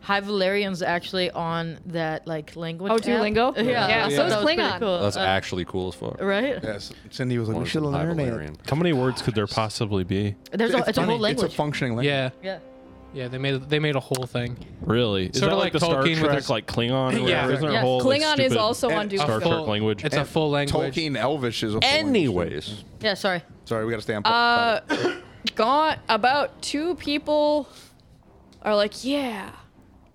S4: High Valerian's actually on that like language.
S2: Oh,
S4: app.
S2: Duolingo?
S4: Yeah,
S2: Yeah. Yeah, so
S4: that
S2: is
S4: was pretty
S2: Klingon. <laughs>
S4: cool.
S5: That's
S4: Uh,
S5: actually cool as fuck.
S4: right.
S1: Yes, Cindy was like, we should have
S5: High
S1: learned it.
S5: Valerian.
S6: How many words could there possibly be?
S4: There's a, it's, a whole
S1: funny. It's
S4: language.
S1: a functioning language.
S3: Yeah,
S4: yeah.
S3: yeah. They made they made a whole thing.
S6: Really? Is
S3: Sorta
S6: that like,
S3: like
S6: the Star
S3: Tolkien with
S6: Trek,
S3: his-
S6: like Klingon? Or
S3: Yeah.
S6: whatever? Isn't there a
S4: Yeah.
S6: whole, like,
S2: Klingon is
S6: stupid-
S2: also on
S1: and-
S2: Duolingo.
S6: Star
S3: A
S6: Trek language.
S3: It's a full language.
S1: Tolkien Elvish is a full language.
S5: Anyways,
S4: Yeah. Sorry.
S1: Sorry, we got to stay on.
S2: Uh, gaunt. About two people are like, yeah,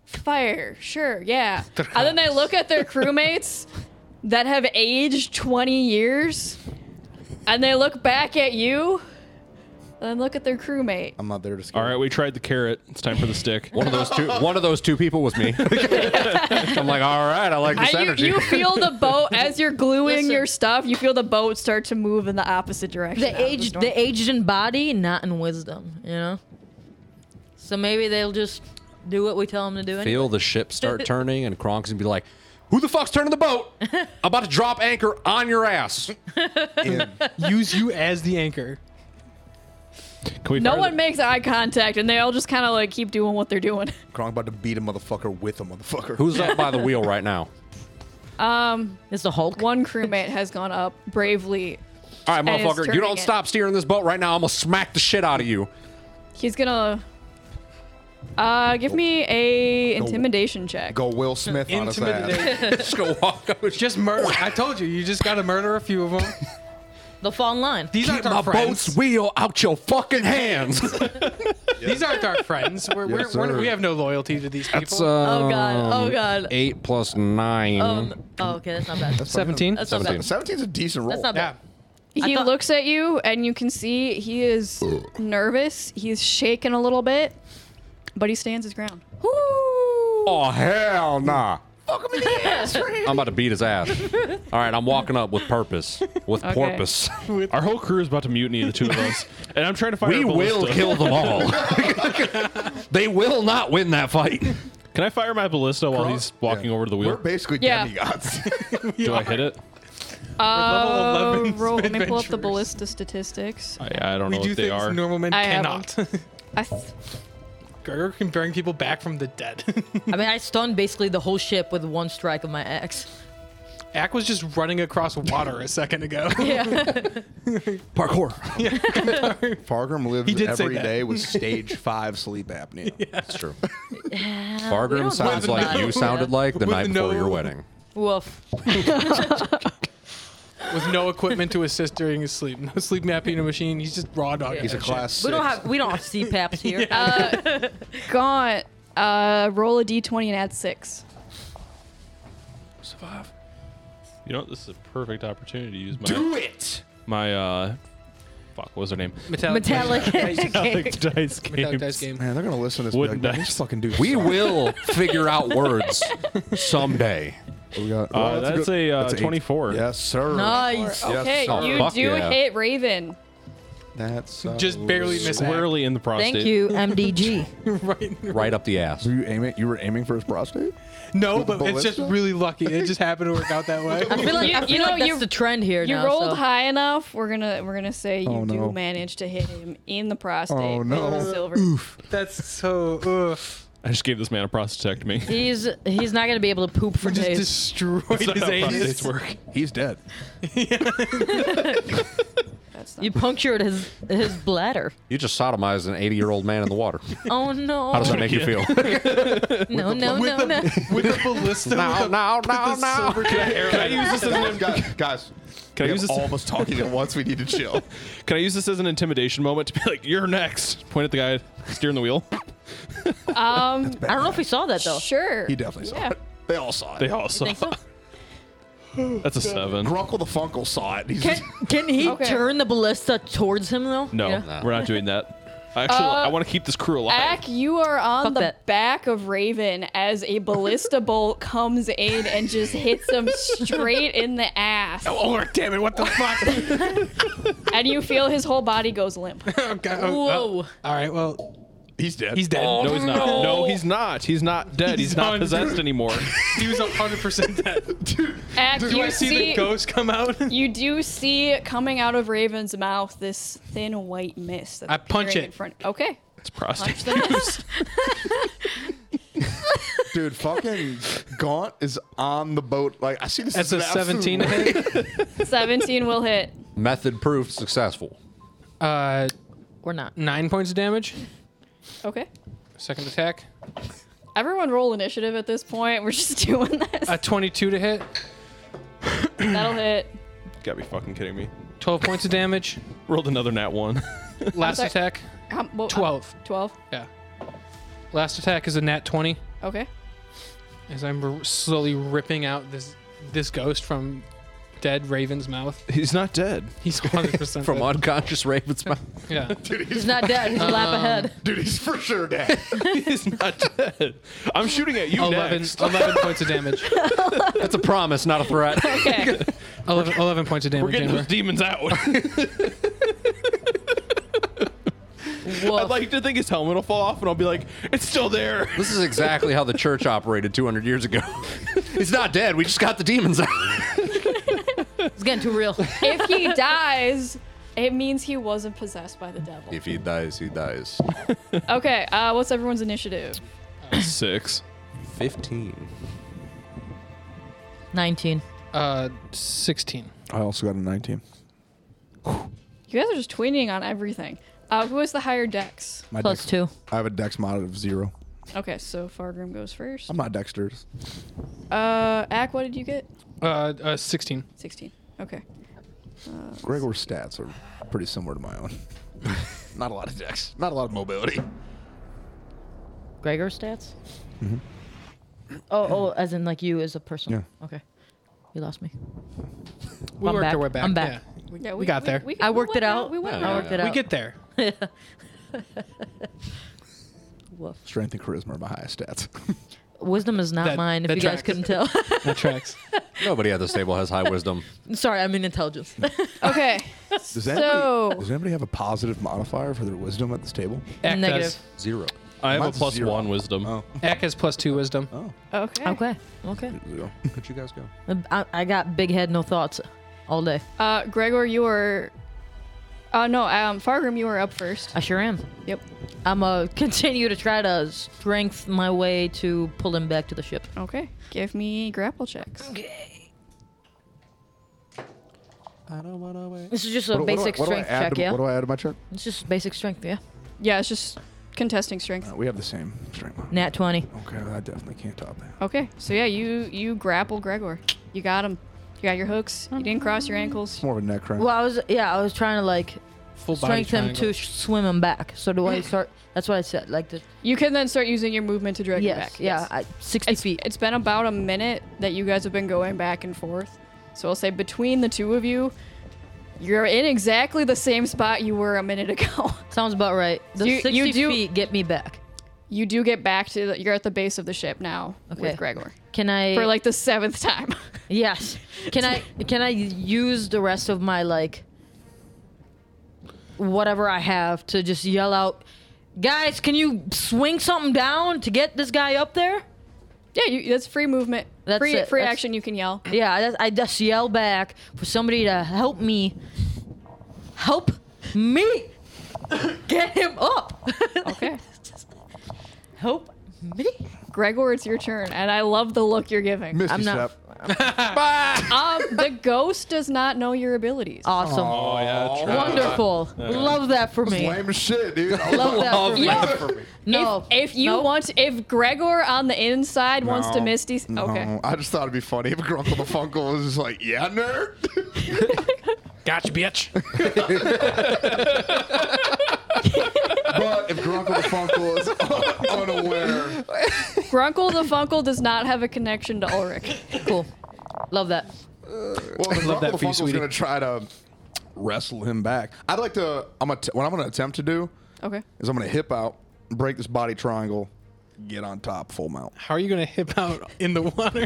S2: fire, sure, yeah. And then they look at their crewmates that have aged 20 years, and they look back at you, and then look at their crewmate.
S1: I'm not there to scare.
S6: All right, we tried the carrot. It's time for the stick.
S5: one of those two one of those two people was me. I'm like, all right, I like this
S2: And
S5: energy.
S2: you, you feel the boat as you're gluing
S4: Listen.
S2: your stuff. You feel the boat start to move in the opposite direction. out
S4: The
S2: of
S4: aged,
S2: storm.
S4: the aged in body, not in wisdom. You know. So maybe they'll just do what we tell them to do. Anyway.
S5: Feel the ship start turning, and Kronk's gonna be like, "Who the fuck's turning the boat? I'm about to drop anchor on your ass."
S1: In.
S3: Use you as the anchor.
S6: Can we
S2: No
S6: fire
S2: one
S6: the-
S2: makes eye contact, and they all just kind of like keep doing what they're doing.
S1: <laughs>
S2: <laughs>
S1: Kronk about to beat a motherfucker with a motherfucker.
S5: Who's up by the wheel right now?
S4: It's the Hulk.
S2: One crewmate has gone up bravely.
S5: All right,
S2: And it's
S5: motherfucker, you
S2: turning
S5: don't
S2: it.
S5: stop steering this boat right now. I'm gonna smack the shit out of you.
S2: He's gonna uh give me a intimidation check.
S1: Go Will Smith on his ass.
S3: Intimidate.
S5: Just go <laughs> walk up. and
S3: Just murder. I told you, you just got to murder a few of them.
S4: They'll fall in line.
S3: These
S5: Get
S3: aren't
S5: my
S3: our friends.
S5: boat's wheel out your fucking <laughs> hands.
S3: These aren't our friends. We're, we're,
S1: Yes,
S3: we're,
S1: sir.
S3: we have no loyalty to these people.
S5: That's, um,
S4: Oh, God. Oh, God.
S5: Eight plus nine.
S4: Um, oh, okay, that's not bad. That's,
S3: 17.
S4: not bad.
S5: Seventeen.
S1: 17's a decent roll.
S4: That's not
S3: yeah.
S4: bad.
S2: he
S4: I thought-
S2: looks at you and you can see he is nervous. He's shaking a little bit, but he stands his ground.
S5: oh hell nah. <laughs> I'm about to beat his ass. All right, I'm walking up with purpose. With porpoise.
S6: Our whole crew is about to mutiny, the two of us, and I'm trying to fire.
S5: We
S6: a ballista.
S5: will kill them all. they will not win that fight.
S6: Can I fire my ballista while he's walking
S1: Yeah.
S6: over to the
S1: We're
S6: wheel?
S1: basically
S2: Yeah.
S1: demigods.
S6: Do I hit it?
S2: Uh,
S3: level 11
S2: <laughs> roll, let me pull up the
S3: adventurers.
S2: ballista statistics.
S6: I, I don't
S3: We
S6: know
S3: do
S6: if they
S3: things
S6: are.
S3: normal men
S2: I have
S3: cannot. <laughs>
S2: I th-
S3: Gerger can bring people back from the dead. <laughs>
S4: I mean, I stunned basically the whole ship with one strike of my axe.
S3: Ack was just running across water a second ago. <laughs>
S2: yeah.
S1: Parkour. Fargrim lives
S3: He did say
S1: every
S3: that.
S1: day with stage five sleep apnea.
S5: That's true.
S4: we don't
S5: Fargrim
S4: want
S5: sounds like
S4: that.
S5: you sounded like the
S3: With
S5: night before
S3: no-
S5: your wedding.
S4: Woof.
S3: With no equipment to assist during his sleep. No sleep mapping machine. He's just raw dogging.
S1: He's a
S3: that
S1: class six.
S4: We don't have we don't have CPAPs here. Uh,
S2: Gaunt, uh, roll a d20 and add six.
S5: Survive.
S6: You know, what? this is a perfect opportunity to use my
S5: Do it.
S6: my uh, fuck, what was her name?
S3: shit. Metallic.
S4: Metallic.
S6: Alex Dice Games.
S3: Metallic dice game.
S1: Man, they're gonna listen to this.
S6: Wooden
S1: Wooden like,
S6: dice.
S1: These fucking dudes.
S5: We
S1: suck."
S5: will figure out words someday.
S1: What we got?
S6: Uh,
S1: Well,
S6: that's
S1: good-
S6: a, uh,
S1: that's eight.
S6: 24.
S1: Yes, sir.
S4: nice.
S1: Yes,
S2: Okay,
S1: sir.
S2: you
S5: Fuck
S2: do
S5: yeah.
S2: hit Raven.
S1: That's uh,
S3: Just barely miss
S6: Squarely in the prostate.
S4: Thank you, MDG.
S3: <laughs> right.
S5: Right up the ass.
S1: Were you aiming? You were aiming for his prostate?
S3: No,
S1: With the
S3: but it's just
S1: ballista?
S3: really lucky. It just happened to work out that way.
S4: I <laughs> feel like,
S2: You-
S4: I feel
S2: you know,
S4: like that's
S2: you-
S4: the trend here.
S2: You
S4: now,
S2: rolled
S4: so.
S2: high enough. We're gonna we're gonna say you
S1: Oh,
S2: do
S1: no.
S2: manage to hit him in the prostate.
S1: Oh,
S2: with
S1: no.
S2: the Silver.
S3: That's so. Ugh.
S6: I just gave this man
S4: <laughs>
S6: a prostatectomy.
S4: He's he's not gonna be able to poop for
S3: We just
S4: days.
S3: destroyed
S6: <laughs> not
S3: his
S6: how
S3: anus.
S6: prostates work.
S1: He's dead.
S4: <laughs>
S2: That's
S4: You
S2: not.
S4: punctured his his <laughs> bladder.
S5: You just sodomized an 80 year old man in the water.
S4: Oh no!
S5: How does that make you feel?
S4: no, no,
S3: with the,
S4: no, no. <laughs>
S3: With the ballista.
S5: No,
S1: <laughs>
S3: with
S5: no,
S3: the,
S5: no,
S3: with the
S5: no.
S3: silver can I use
S1: this as an guys? guys
S6: Can I
S1: we
S6: use
S1: have
S6: this-
S1: all of us talking at once. We need to chill.
S6: Can I use this as an intimidation moment to be like, "You're next"? Point at the guy steering the wheel. <laughs>
S2: Um,
S4: I don't know if we saw that though.
S2: sure.
S1: He definitely saw
S2: Yeah.
S1: it. They all saw it.
S6: They all saw.
S4: Think so?
S6: <laughs> That's a seven.
S1: Grunkle the Funkle saw it. He's
S4: <laughs> Can, can he
S2: Okay.
S4: turn the ballista towards him though?
S6: No,
S4: You know?
S6: we're not doing that. Actually, I want to keep this crew alive.
S2: Ack, you are on
S4: Fuck
S2: the
S4: that.
S2: back of Raven as a ballista bolt <laughs> comes in and just hits him straight in the ass,
S3: Oh, damn it. What the <laughs> fuck?
S2: and you feel his whole body
S3: <laughs>
S2: goes limp.
S3: Okay, oh, oh.
S4: Whoa!
S3: All right, well,
S1: he's dead.
S3: he's dead.
S6: no, he's not. No, he's not. He's not dead. He's,
S3: He's
S6: not
S3: on-
S6: possessed anymore.
S3: He was 100% dead. <laughs>
S2: Ack,
S3: Do
S2: you
S3: I see, the ghost come out?
S2: You do see coming out of Raven's mouth this thin white mist. That's
S3: I punch
S2: appearing
S3: it.
S2: In front. Okay.
S6: It's
S2: Punch
S6: prostate.
S2: the mist.
S1: Dude, fucking Gaunt is on the boat. Like I see this.
S3: That's
S1: as
S3: a
S1: an absolute <laughs>
S3: 17 to
S1: rape.
S3: hit.
S2: 17 will hit.
S5: Method proved successful.
S3: <laughs> Uh,
S4: We're not.
S3: nine points of damage.
S2: Okay.
S3: Second attack.
S2: Everyone roll initiative at this point. We're just <laughs> doing this.
S3: A 22 Uh, to hit.
S2: That'll hit.
S6: <laughs> Gotta be fucking kidding me.
S3: 12 points of damage. <laughs>
S6: Rolled another nat one.
S3: Last
S2: sorry.
S3: attack.
S2: How- well,
S3: 12.
S2: 12.
S3: Yeah. Last attack is a nat 20
S2: Okay.
S3: as I'm r- slowly ripping out this this ghost from dead Raven's mouth. <laughs>
S6: <laughs> He's not dead.
S3: He's 100%
S5: From
S3: dead.
S5: unconscious Raven's mouth.
S3: Yeah.
S1: Dude, he's,
S4: He's not dead. He's a lap ahead.
S1: <laughs> dude, he's for sure dead.
S6: He's not dead. I'm shooting at you
S3: 11,
S6: next.
S3: 11 points
S1: <laughs>
S3: of damage.
S5: That's a promise, not a threat.
S2: Okay.
S3: 11, 11 points of
S6: We're
S3: damage.
S6: getting
S3: Amber.
S6: those demons <laughs> out.
S4: Woof.
S6: I'd like to think his helmet will fall off, and I'll be like, "It's still there."
S5: This is exactly how the church operated 200 years ago. <laughs> He's not dead. We just got the demons out.
S4: <laughs> It's getting too real.
S2: if he dies, It means he wasn't possessed by the devil.
S5: <laughs> If he dies, he dies.
S2: Okay, uh, what's everyone's initiative?
S6: Six.
S5: 15.
S4: 19.
S3: Uh, 16.
S1: I also got a 19.
S2: You guys are just tweening on everything. Uh, who has the higher dex?
S1: My
S4: Plus
S1: dex,
S4: two.
S1: I have a dex mod of zero.
S2: Okay, so Fargrim goes first.
S5: Um,
S1: I'm not dexterous.
S2: Uh, Ack, what did you get?
S3: Uh, uh 16.
S2: 16. Okay. Uh,
S1: Gregor's stats are pretty similar to my own. <laughs> not a lot of dex. Not a lot of mobility.
S4: Gregor stats? Oh, oh, as in like you as a person.
S1: Yeah.
S4: Okay. You lost me.
S3: We
S4: I'm
S3: worked
S4: back.
S3: our way back.
S4: I'm back.
S3: Yeah.
S2: Yeah,
S3: we got there.
S4: I worked it out.
S2: We went
S5: Yeah,
S4: I
S5: yeah,
S4: worked
S5: yeah.
S4: it out.
S3: We get
S4: <laughs>
S3: there.
S4: Woof.
S1: Strength and charisma are my highest stats. <laughs>
S4: Wisdom is not
S3: That-
S4: mine, if
S3: that
S4: you guys
S3: tracks.
S4: couldn't tell.
S3: That tracks.
S5: Nobody at this table has high wisdom.
S4: Sorry, I mean intelligence.
S2: Okay.
S1: Does anybody,
S2: so,
S1: does anybody have a positive modifier for their wisdom at this table?
S3: Act
S4: Negative.
S3: has-
S5: Zero.
S6: I have
S1: Mine's
S6: a plus
S1: zero.
S6: one wisdom.
S1: Oh.
S3: Act has plus two wisdom.
S1: Oh.
S2: okay.
S4: <laughs> okay. Okay.
S1: Zero.
S5: Could you guys go?
S4: I, I got big head, no thoughts all day.
S2: Uh, Gregor, you are. Uh, no, um, Fargrim, you are up first.
S4: I sure am.
S2: Yep.
S4: I'm going to continue to try to strength my way to pull him back to the ship.
S2: Okay. Give me grapple checks.
S5: I don't want to wait.
S4: This is just a
S1: What do- what do I-
S4: basic
S1: what do I
S4: strength
S1: add
S4: check,
S1: to-
S4: yeah?
S1: What do I add to my check?
S4: It's just basic strength, yeah.
S2: Yeah, it's just contesting strength.
S1: Uh, we have the same strength mod.
S4: Nat 20.
S1: Okay, I definitely can't top that.
S2: Okay. So yeah, you you grapple Gregor. You got him. You got your hooks. You
S4: Mm-hmm.
S2: didn't cross your ankles.
S1: It's more of a neck crank.
S4: Well, I was, yeah, I was trying to like
S3: Full body
S4: strength him to
S3: triangle.
S4: sh- swim him back. So do I start? That's what I said. Like the
S2: You can then start using your movement to drag
S4: yes,
S2: you back.
S4: yeah,
S2: Yes.
S4: I, sixty
S2: It's,
S4: feet.
S2: it's been about a minute that you guys have been going back and forth. So I'll say between the two of you, you're in exactly the same spot you were a minute <laughs> ago.
S4: Sounds about right. The
S2: You- you
S4: sixty
S2: do-
S4: feet get me back.
S2: You do get back to the, you're at the base of the ship now
S4: Okay.
S2: with Gregor
S4: Can I?
S2: for like the seventh time. <laughs>
S4: yes. Can I? Can I use the rest of my like whatever I have to just yell out, guys? Can you swing something down to get this guy up there?
S2: yeah, you, that's free movement.
S4: That's
S2: free
S4: it,
S2: free
S4: that's-
S2: action. You can
S4: <laughs>
S2: yell.
S4: Yeah, I just, I just yell back for somebody to help me. Help me get him up.
S2: Okay,
S4: help me.
S2: Gregor, it's your turn, and I love the look you're giving.
S1: Misty
S4: I'm not-
S1: step.
S2: um, the ghost does not know your abilities.
S4: Awesome.
S6: Oh, yeah. Trap.
S4: Wonderful. Love that for me.
S1: Lame as shit, dude.
S4: <laughs>
S1: <laughs>
S4: Love that for me.
S2: that
S1: for me.
S4: No.
S2: If you
S4: Nope.
S2: want, if Gregor on the inside wants to
S1: No.
S2: Misty, okay.
S1: Oh, I just thought it'd be funny if Grunkle the Funkle was just like, yeah, nerd.
S3: Gotcha, bitch.
S1: but if Grunkle
S3: <laughs>
S1: the Funkle is un- unaware,
S2: Grunkle the Funkle does not have a connection to Ulrich.
S4: Cool. Love that.
S1: well, if
S3: Love
S1: Grunkle
S3: that
S1: the
S3: for you,
S1: Funkle's
S3: sweetie.
S1: gonna try to wrestle him back. I'd like to. I'm gonna. what I'm gonna attempt to do
S2: Okay.
S1: is I'm gonna hip out, break this body triangle, get on top, full mount.
S3: <laughs> How are you going to hip out in the water?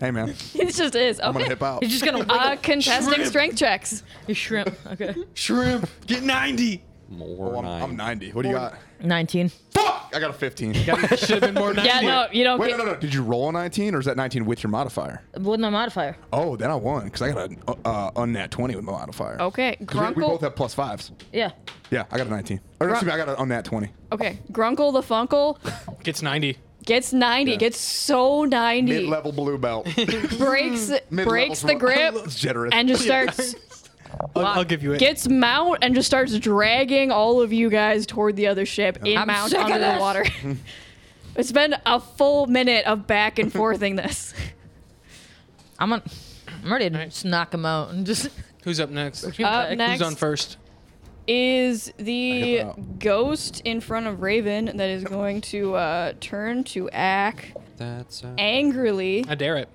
S1: Hey man,
S2: <laughs>
S3: <laughs>
S2: It just is. Okay.
S1: I'm gonna hip out.
S4: You're just <laughs> gonna wiggle
S2: Uh, contesting strength checks.
S4: your shrimp. Okay.
S1: Shrimp.
S3: Get 90.
S5: More
S1: Oh, I'm,
S5: nine.
S1: I'm 90. What do you got?
S4: Nineteen.
S1: Fuck! I got a 15.
S3: Should have been
S1: <laughs>
S3: more 90.
S2: Yeah, no, you don't
S1: Wait,
S2: get.
S1: no, no, no. Did you roll a 19 or is that 19 with your modifier?
S4: With my modifier.
S1: Oh, then I won because I got a uh, unnat 20 with my modifier.
S2: Okay,
S1: 'Cause we- We,
S2: Grunkle-
S1: both have plus fives.
S4: Yeah.
S1: Yeah, I got a 19. Or excuse me, I got an unnat 20.
S2: Okay, Grunkle the Funkle
S3: <laughs> Gets 90.
S2: gets 90,
S1: Yeah.
S2: gets so 90,
S1: Mid level blue belt.
S2: breaks
S1: Mid-level
S2: breaks the
S1: blue- <laughs>
S2: grip,
S1: It's generous.
S2: and just
S1: <laughs>
S2: starts
S3: I'll, I'll give you it.
S2: gets mount and just starts dragging all of you guys toward the other ship in
S4: I'm
S2: mount
S4: sick of
S2: under the
S4: this.
S2: water.
S4: <laughs>
S2: it's been a full minute of back and forthing this.
S4: I'm on. I'm ready to just knock him out and just.
S3: Who's up next?
S2: Up
S4: Who's
S2: next
S3: Who's on first?
S2: is the
S1: I get
S2: ghost in front of Raven that is going to uh, turn to Ack
S5: That's uh,
S2: angrily,
S3: I dare it.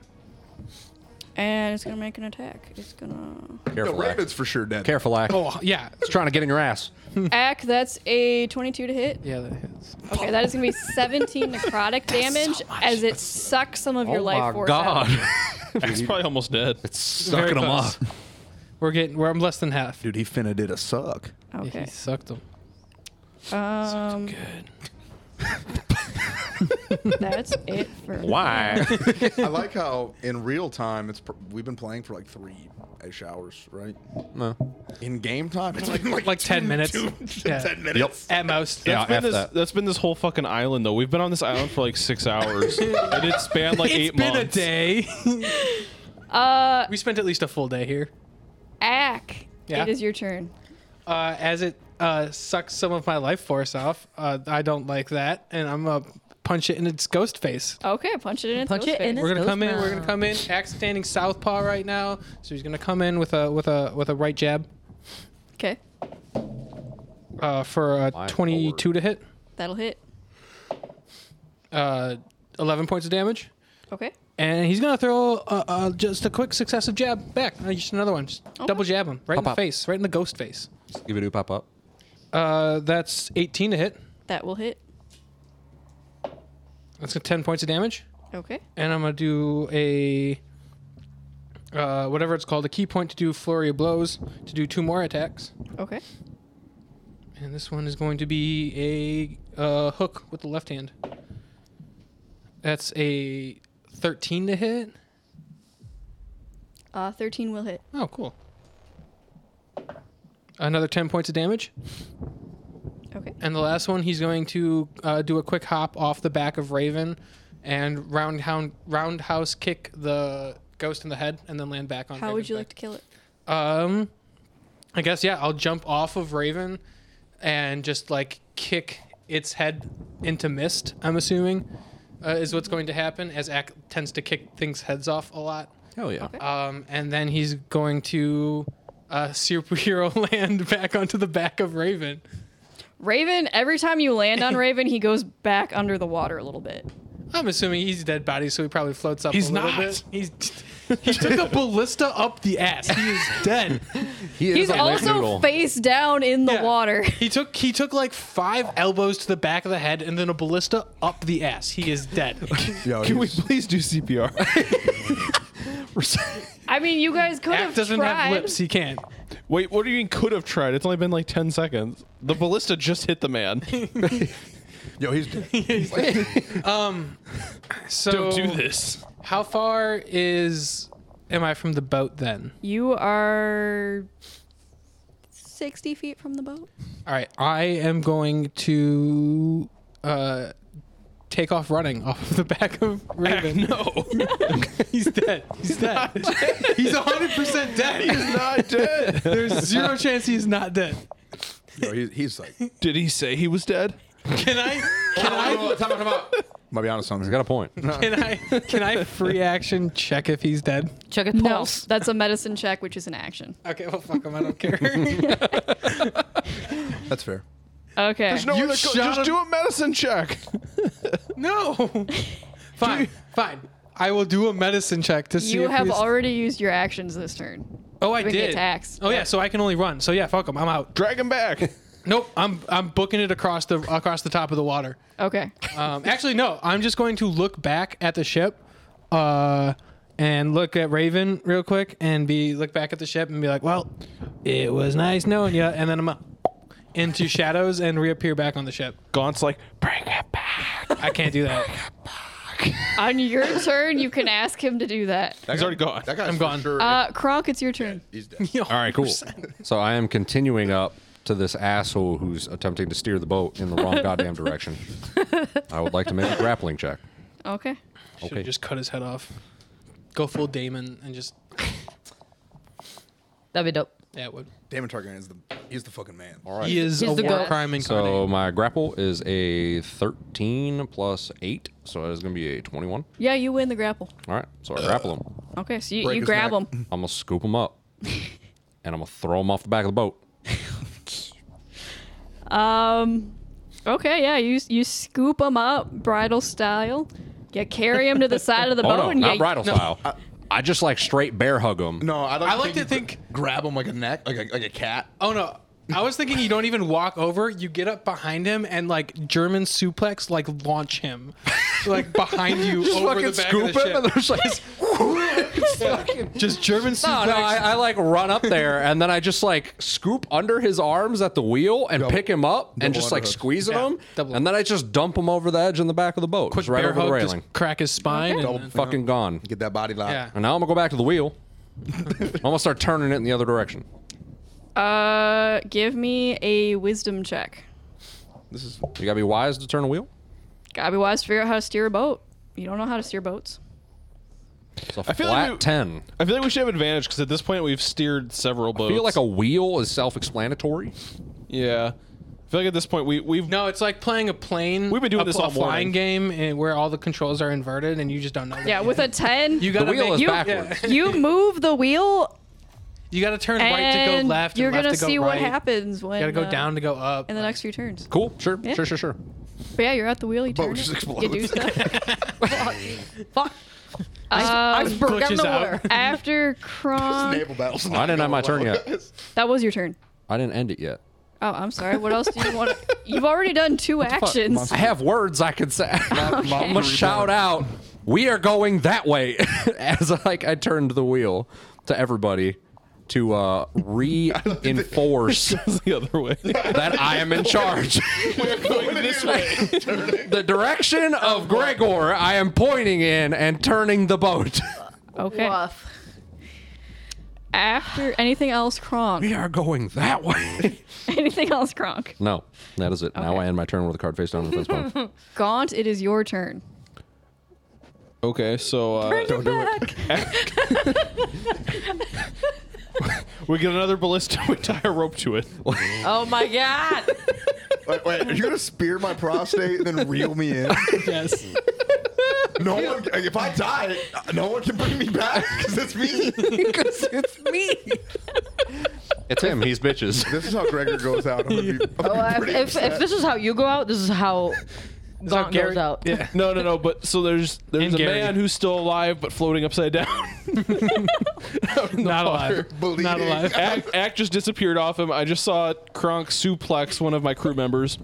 S2: and it's gonna make an attack. It's gonna
S1: No,
S5: careful. act.
S1: Raven's for sure dead.
S5: Careful, act.
S3: Oh, yeah.
S5: Trying to get in your ass.
S2: Ack. That's a 22 to hit.
S3: Yeah, that hits.
S2: Okay, that is gonna be 17 necrotic damage as it sucks some of your
S5: oh
S2: life
S5: my
S2: force
S5: god.
S2: out.
S6: <laughs> It's probably almost dead.
S5: Sucking him up.
S3: close. <laughs> We're getting, we're, I'm less than half.
S1: Dude, he finna did a suck.
S2: Okay.
S3: He sucked him.
S2: Um,
S3: Good.
S2: <laughs> That's it for
S5: Why?
S1: <laughs> I like how in real time it's pr- we've been playing for like three ish hours, right?
S5: no.
S1: In game time, it's like like,
S3: Like 10
S1: two-
S3: minutes.
S1: two- <laughs>
S3: Yeah.
S1: ten minutes.
S3: At most.
S5: Yeah,
S3: That's-
S6: Been
S5: F
S6: this-
S5: that.
S6: that's been this whole fucking island though. We've been on this island for like six <laughs> hours, and it spanned like
S3: It's
S6: eight
S3: been
S6: months.
S3: a day.
S4: <laughs>
S3: <laughs>
S2: Uh,
S3: we spent at least a full day here.
S2: Ack.
S3: Yeah?
S2: It is your turn.
S3: Uh, as it uh, sucks some of my life force off, uh, I don't like that, and I'm gonna punch it in its ghost face.
S2: Okay, punch it in. Its
S4: Punch
S2: nose
S4: it in
S2: face.
S4: its-
S3: We're gonna
S4: Ghost
S3: come in. We're
S4: mouth.
S3: gonna come in. Axe standing southpaw right now, so he's gonna come in with a with a with a right jab
S2: Okay,
S3: uh, for a
S5: My
S3: 22 to hit,
S2: that'll hit.
S3: uh, 11 points of damage,
S2: Okay.
S3: and he's gonna throw uh, uh, just a quick successive jab back. Uh, just another one. Just double jab him right in the
S5: up.
S3: face, right in the ghost face.
S5: Just give it a pop up.
S3: Uh, that's 18 to hit.
S2: That will hit.
S3: That's 10 points of damage.
S2: Okay.
S3: and I'm gonna do a uh, whatever it's called, a key point to do flurry of blows to do two more attacks.
S2: Okay.
S3: And this one is going to be a uh, hook with the left hand. That's a 13 to hit.
S2: Uh, 13 will hit.
S3: Oh, cool. Another 10 points of damage.
S2: Okay.
S3: And the last one, he's going to uh, do a quick hop off the back of Raven and roundhound, roundhouse kick the ghost in the head and then land back on
S2: How
S3: Raven's
S2: would you
S3: back.
S2: like to kill it?
S3: Um, I guess yeah. I'll jump off of Raven and just like kick its head into mist. I'm assuming uh, is what's going to happen as Ak tends to kick things heads off a lot.
S5: Hell yeah.
S2: Okay.
S3: Um, and then he's going to uh, <laughs> superhero <laughs> land back onto the back of Raven.
S2: Raven, every time you land on Raven, he goes back under the water a little bit.
S3: I'm assuming he's dead body, so he probably floats up.
S6: He's
S3: a little
S6: not.
S3: Bit. He's <laughs> he took a ballista up the ass. He is dead.
S5: He is
S2: He's
S5: a leg
S2: also
S5: noodle.
S2: face down in the
S3: Yeah.
S2: water. <laughs>
S3: He took he took like five elbows to the back of the head and then a ballista up the ass. He is
S2: <laughs>
S3: dead.
S1: Yo,
S5: Can we
S1: he's-
S5: please do CPR?
S2: I mean, you guys could
S3: Ack
S2: have
S3: doesn't
S2: tried.
S3: have lips. He can't.
S6: Wait, what do you mean? Could have tried. It's only been like ten seconds. The ballista just hit the <laughs> man.
S1: yo, he's dead.
S3: So
S6: Don't do this.
S3: how far is am I from the boat then?
S2: You are 60 feet from the boat.
S3: All right, I am going to uh, take off running off of the back <laughs> of Raven.
S6: <laughs> No,
S3: He's dead. He's dead. He's 100% dead. He's not dead. There's zero chance he's not dead.
S1: Yo, he's, he's like.
S6: did he say he was dead?
S3: Can I can I
S1: Might be honest on
S5: He's got a point.
S3: can I can I free action check if he's dead?
S4: Check it
S2: No,
S4: pulse.
S2: that's a medicine check, which is an action.
S3: Okay, well, fuck him. I don't <laughs> care.
S1: That's fair.
S2: Okay.
S6: There's no
S3: You
S6: other co-
S3: shot
S6: just
S3: him-
S6: do a medicine check.
S3: no. Fine, fine. I will do a medicine check to see.
S2: you
S3: if
S2: have
S3: he's-
S2: already used your actions this turn.
S3: Oh, I
S2: doing the
S3: did.
S2: attacks.
S3: Oh yeah, so I can only run. So yeah, fuck him. I'm out.
S6: Drag him back.
S3: Nope. I'm I'm booking it across the across the top of the water.
S2: Okay.
S3: Um, actually, no. I'm just going to look back at the ship, uh, and look at Raven real quick, and be look back at the ship and be like, well, it was nice knowing you. And then I'm up into shadows and reappear back on the ship.
S6: Gaunt's like, bring it back.
S3: I can't do <laughs> that.
S2: On your turn, you can ask him to do that.
S1: That
S6: He's already gone.
S1: That guy's
S3: I'm
S1: for
S3: gone.
S1: Sure,
S2: Uh, Kronk, it's your turn.
S1: he's dead.
S3: <laughs>
S5: All right, cool. So I am continuing up to this asshole who's attempting to steer the boat in the <laughs> wrong goddamn direction. I would like to make a grappling check.
S2: Okay.
S3: Should
S5: Okay.
S3: have just cut his head off. Go full Damon and just
S4: That'd be dope.
S3: yeah, it would.
S1: Damon Targaryen is the he's the fucking man.
S5: All right.
S3: He is
S4: He's
S3: a
S4: the
S3: war
S4: goat.
S3: crime incarnate.
S5: So my grapple is a 13 plus 8, so that is going to be a 21.
S2: Yeah, you win the grapple.
S5: All right, so I grapple him.
S2: Okay, so you,
S1: Break
S2: you
S1: his
S2: grab
S1: neck.
S2: him.
S5: I'm going to scoop him <laughs> up, and I'm going to throw him off the back of the boat.
S2: Um, okay, yeah, you you scoop him up bridal style. You carry him to the side of the
S5: <laughs> Oh,
S2: boat.
S5: no,
S2: and
S5: not
S2: you,
S5: bridal style. I, just like straight bear hug him.
S1: No, I like,
S3: I like to think.
S1: grab him like a neck, like a, like a cat.
S3: Oh no. I was thinking you don't even walk over. You get up behind him and like German suplex, <laughs>
S5: <laughs>
S3: like launch him, like behind you over the back of the ship.
S5: there's like
S3: Just German
S5: No, no, I,
S3: suplex.
S5: I like run up there and then I just like scoop under his arms at the wheel and pick him up
S1: double
S5: and just like
S1: underhook.
S5: squeezing
S3: Yeah,
S5: him,
S3: double
S5: and then I just dump him over the edge in the back of the boat,
S3: Quick
S5: just right
S3: bear
S5: over the
S3: hug, <laughs>
S5: railing.
S3: just crack his spine. and
S1: Double-
S3: then-
S5: Fucking gone.
S1: Get that body locked.
S3: yeah.
S5: And now I'm gonna go back to the wheel. I'm gonna start turning it in the other direction.
S2: Uh, give me a wisdom check.
S1: This is
S5: You gotta be wise to turn a wheel.
S2: Gotta be wise to figure out how to steer a boat. You don't know how to steer boats.
S5: It's a
S6: feel
S5: flat
S6: like we-
S5: ten.
S6: I feel like we should have advantage because at this point we've steered several boats.
S5: I feel like a wheel is self-explanatory.
S6: yeah. I feel like at this point we we've
S3: No, it's like playing a plane.
S6: We've been doing
S3: a,
S6: this
S3: a
S6: all
S3: flying
S6: morning.
S3: game and where all the controls are inverted and you just don't know. that.
S2: Yeah, with a 10,
S3: you
S2: you,
S5: The
S3: gotta
S5: wheel
S3: make-
S5: is
S2: you-
S3: <laughs>
S5: backwards.
S2: move the wheel
S3: You gotta turn right
S2: and
S3: to go left.
S2: you're
S3: and left
S2: gonna
S3: to go
S2: see
S3: right.
S2: what happens when
S3: You gotta go
S2: uh,
S3: down to go up.
S2: in the next few turns.
S5: Cool. Sure. Sure. Sure. Sure.
S2: But yeah, you're at the wheel, you
S1: Boat
S2: turn
S1: just
S2: it, you
S1: explodes.
S2: do stuff.
S4: Fuck.
S2: Um,
S4: Iceberg out of
S3: glitches out.
S4: nowhere.
S2: after Kronk,
S1: naval battles.
S5: I didn't have my turn yet.
S2: that was your turn.
S5: I didn't end it yet.
S2: Oh, I'm sorry. What else do you want? You've already done two actions.
S5: I have words I can say. I'm gonna shout out. We are going that way. <laughs> As like I turned the wheel to everybody to uh, reinforce
S6: <laughs> the other way.
S5: that I am in charge.
S1: this way.
S5: <laughs> the direction of Gregor, I am pointing in and turning the boat.
S2: Okay.
S4: Woof.
S2: After anything else, Kronk.
S5: <laughs> we are going that way.
S2: <laughs> Anything else, Kronk.
S5: No, that is it. Now I end my turn with a card face down on the fence pole.
S2: Gaunt, it is your turn.
S6: <laughs> Okay, so uh,
S4: Bring it back.
S6: we get another ballista. <laughs> We tie a rope to it.
S4: Oh my god.
S1: Wait, wait, are you gonna spear my prostate and then reel me in?
S3: Yes.
S1: No one. If I die, no one can bring me back because it's me.
S4: Because it's me.
S5: <laughs> It's him. He's bitches.
S1: This is how Gregor goes out. I'm gonna be, I'm
S4: Oh,
S1: gonna be pretty
S4: if, if, if
S1: upset.
S4: this is how you go out, this is how
S3: how
S4: Gaunt
S3: Gary-
S4: goes out.
S3: Yeah.
S6: No, no, no. But so there's there's
S3: And
S6: a
S3: Gary.
S6: man who's still alive but floating upside down. <laughs>
S3: Not alive.
S1: Bleeding.
S3: Not
S4: <laughs>
S3: alive.
S6: Act, Act just disappeared off him. I just saw Kronk suplex one of my crew members.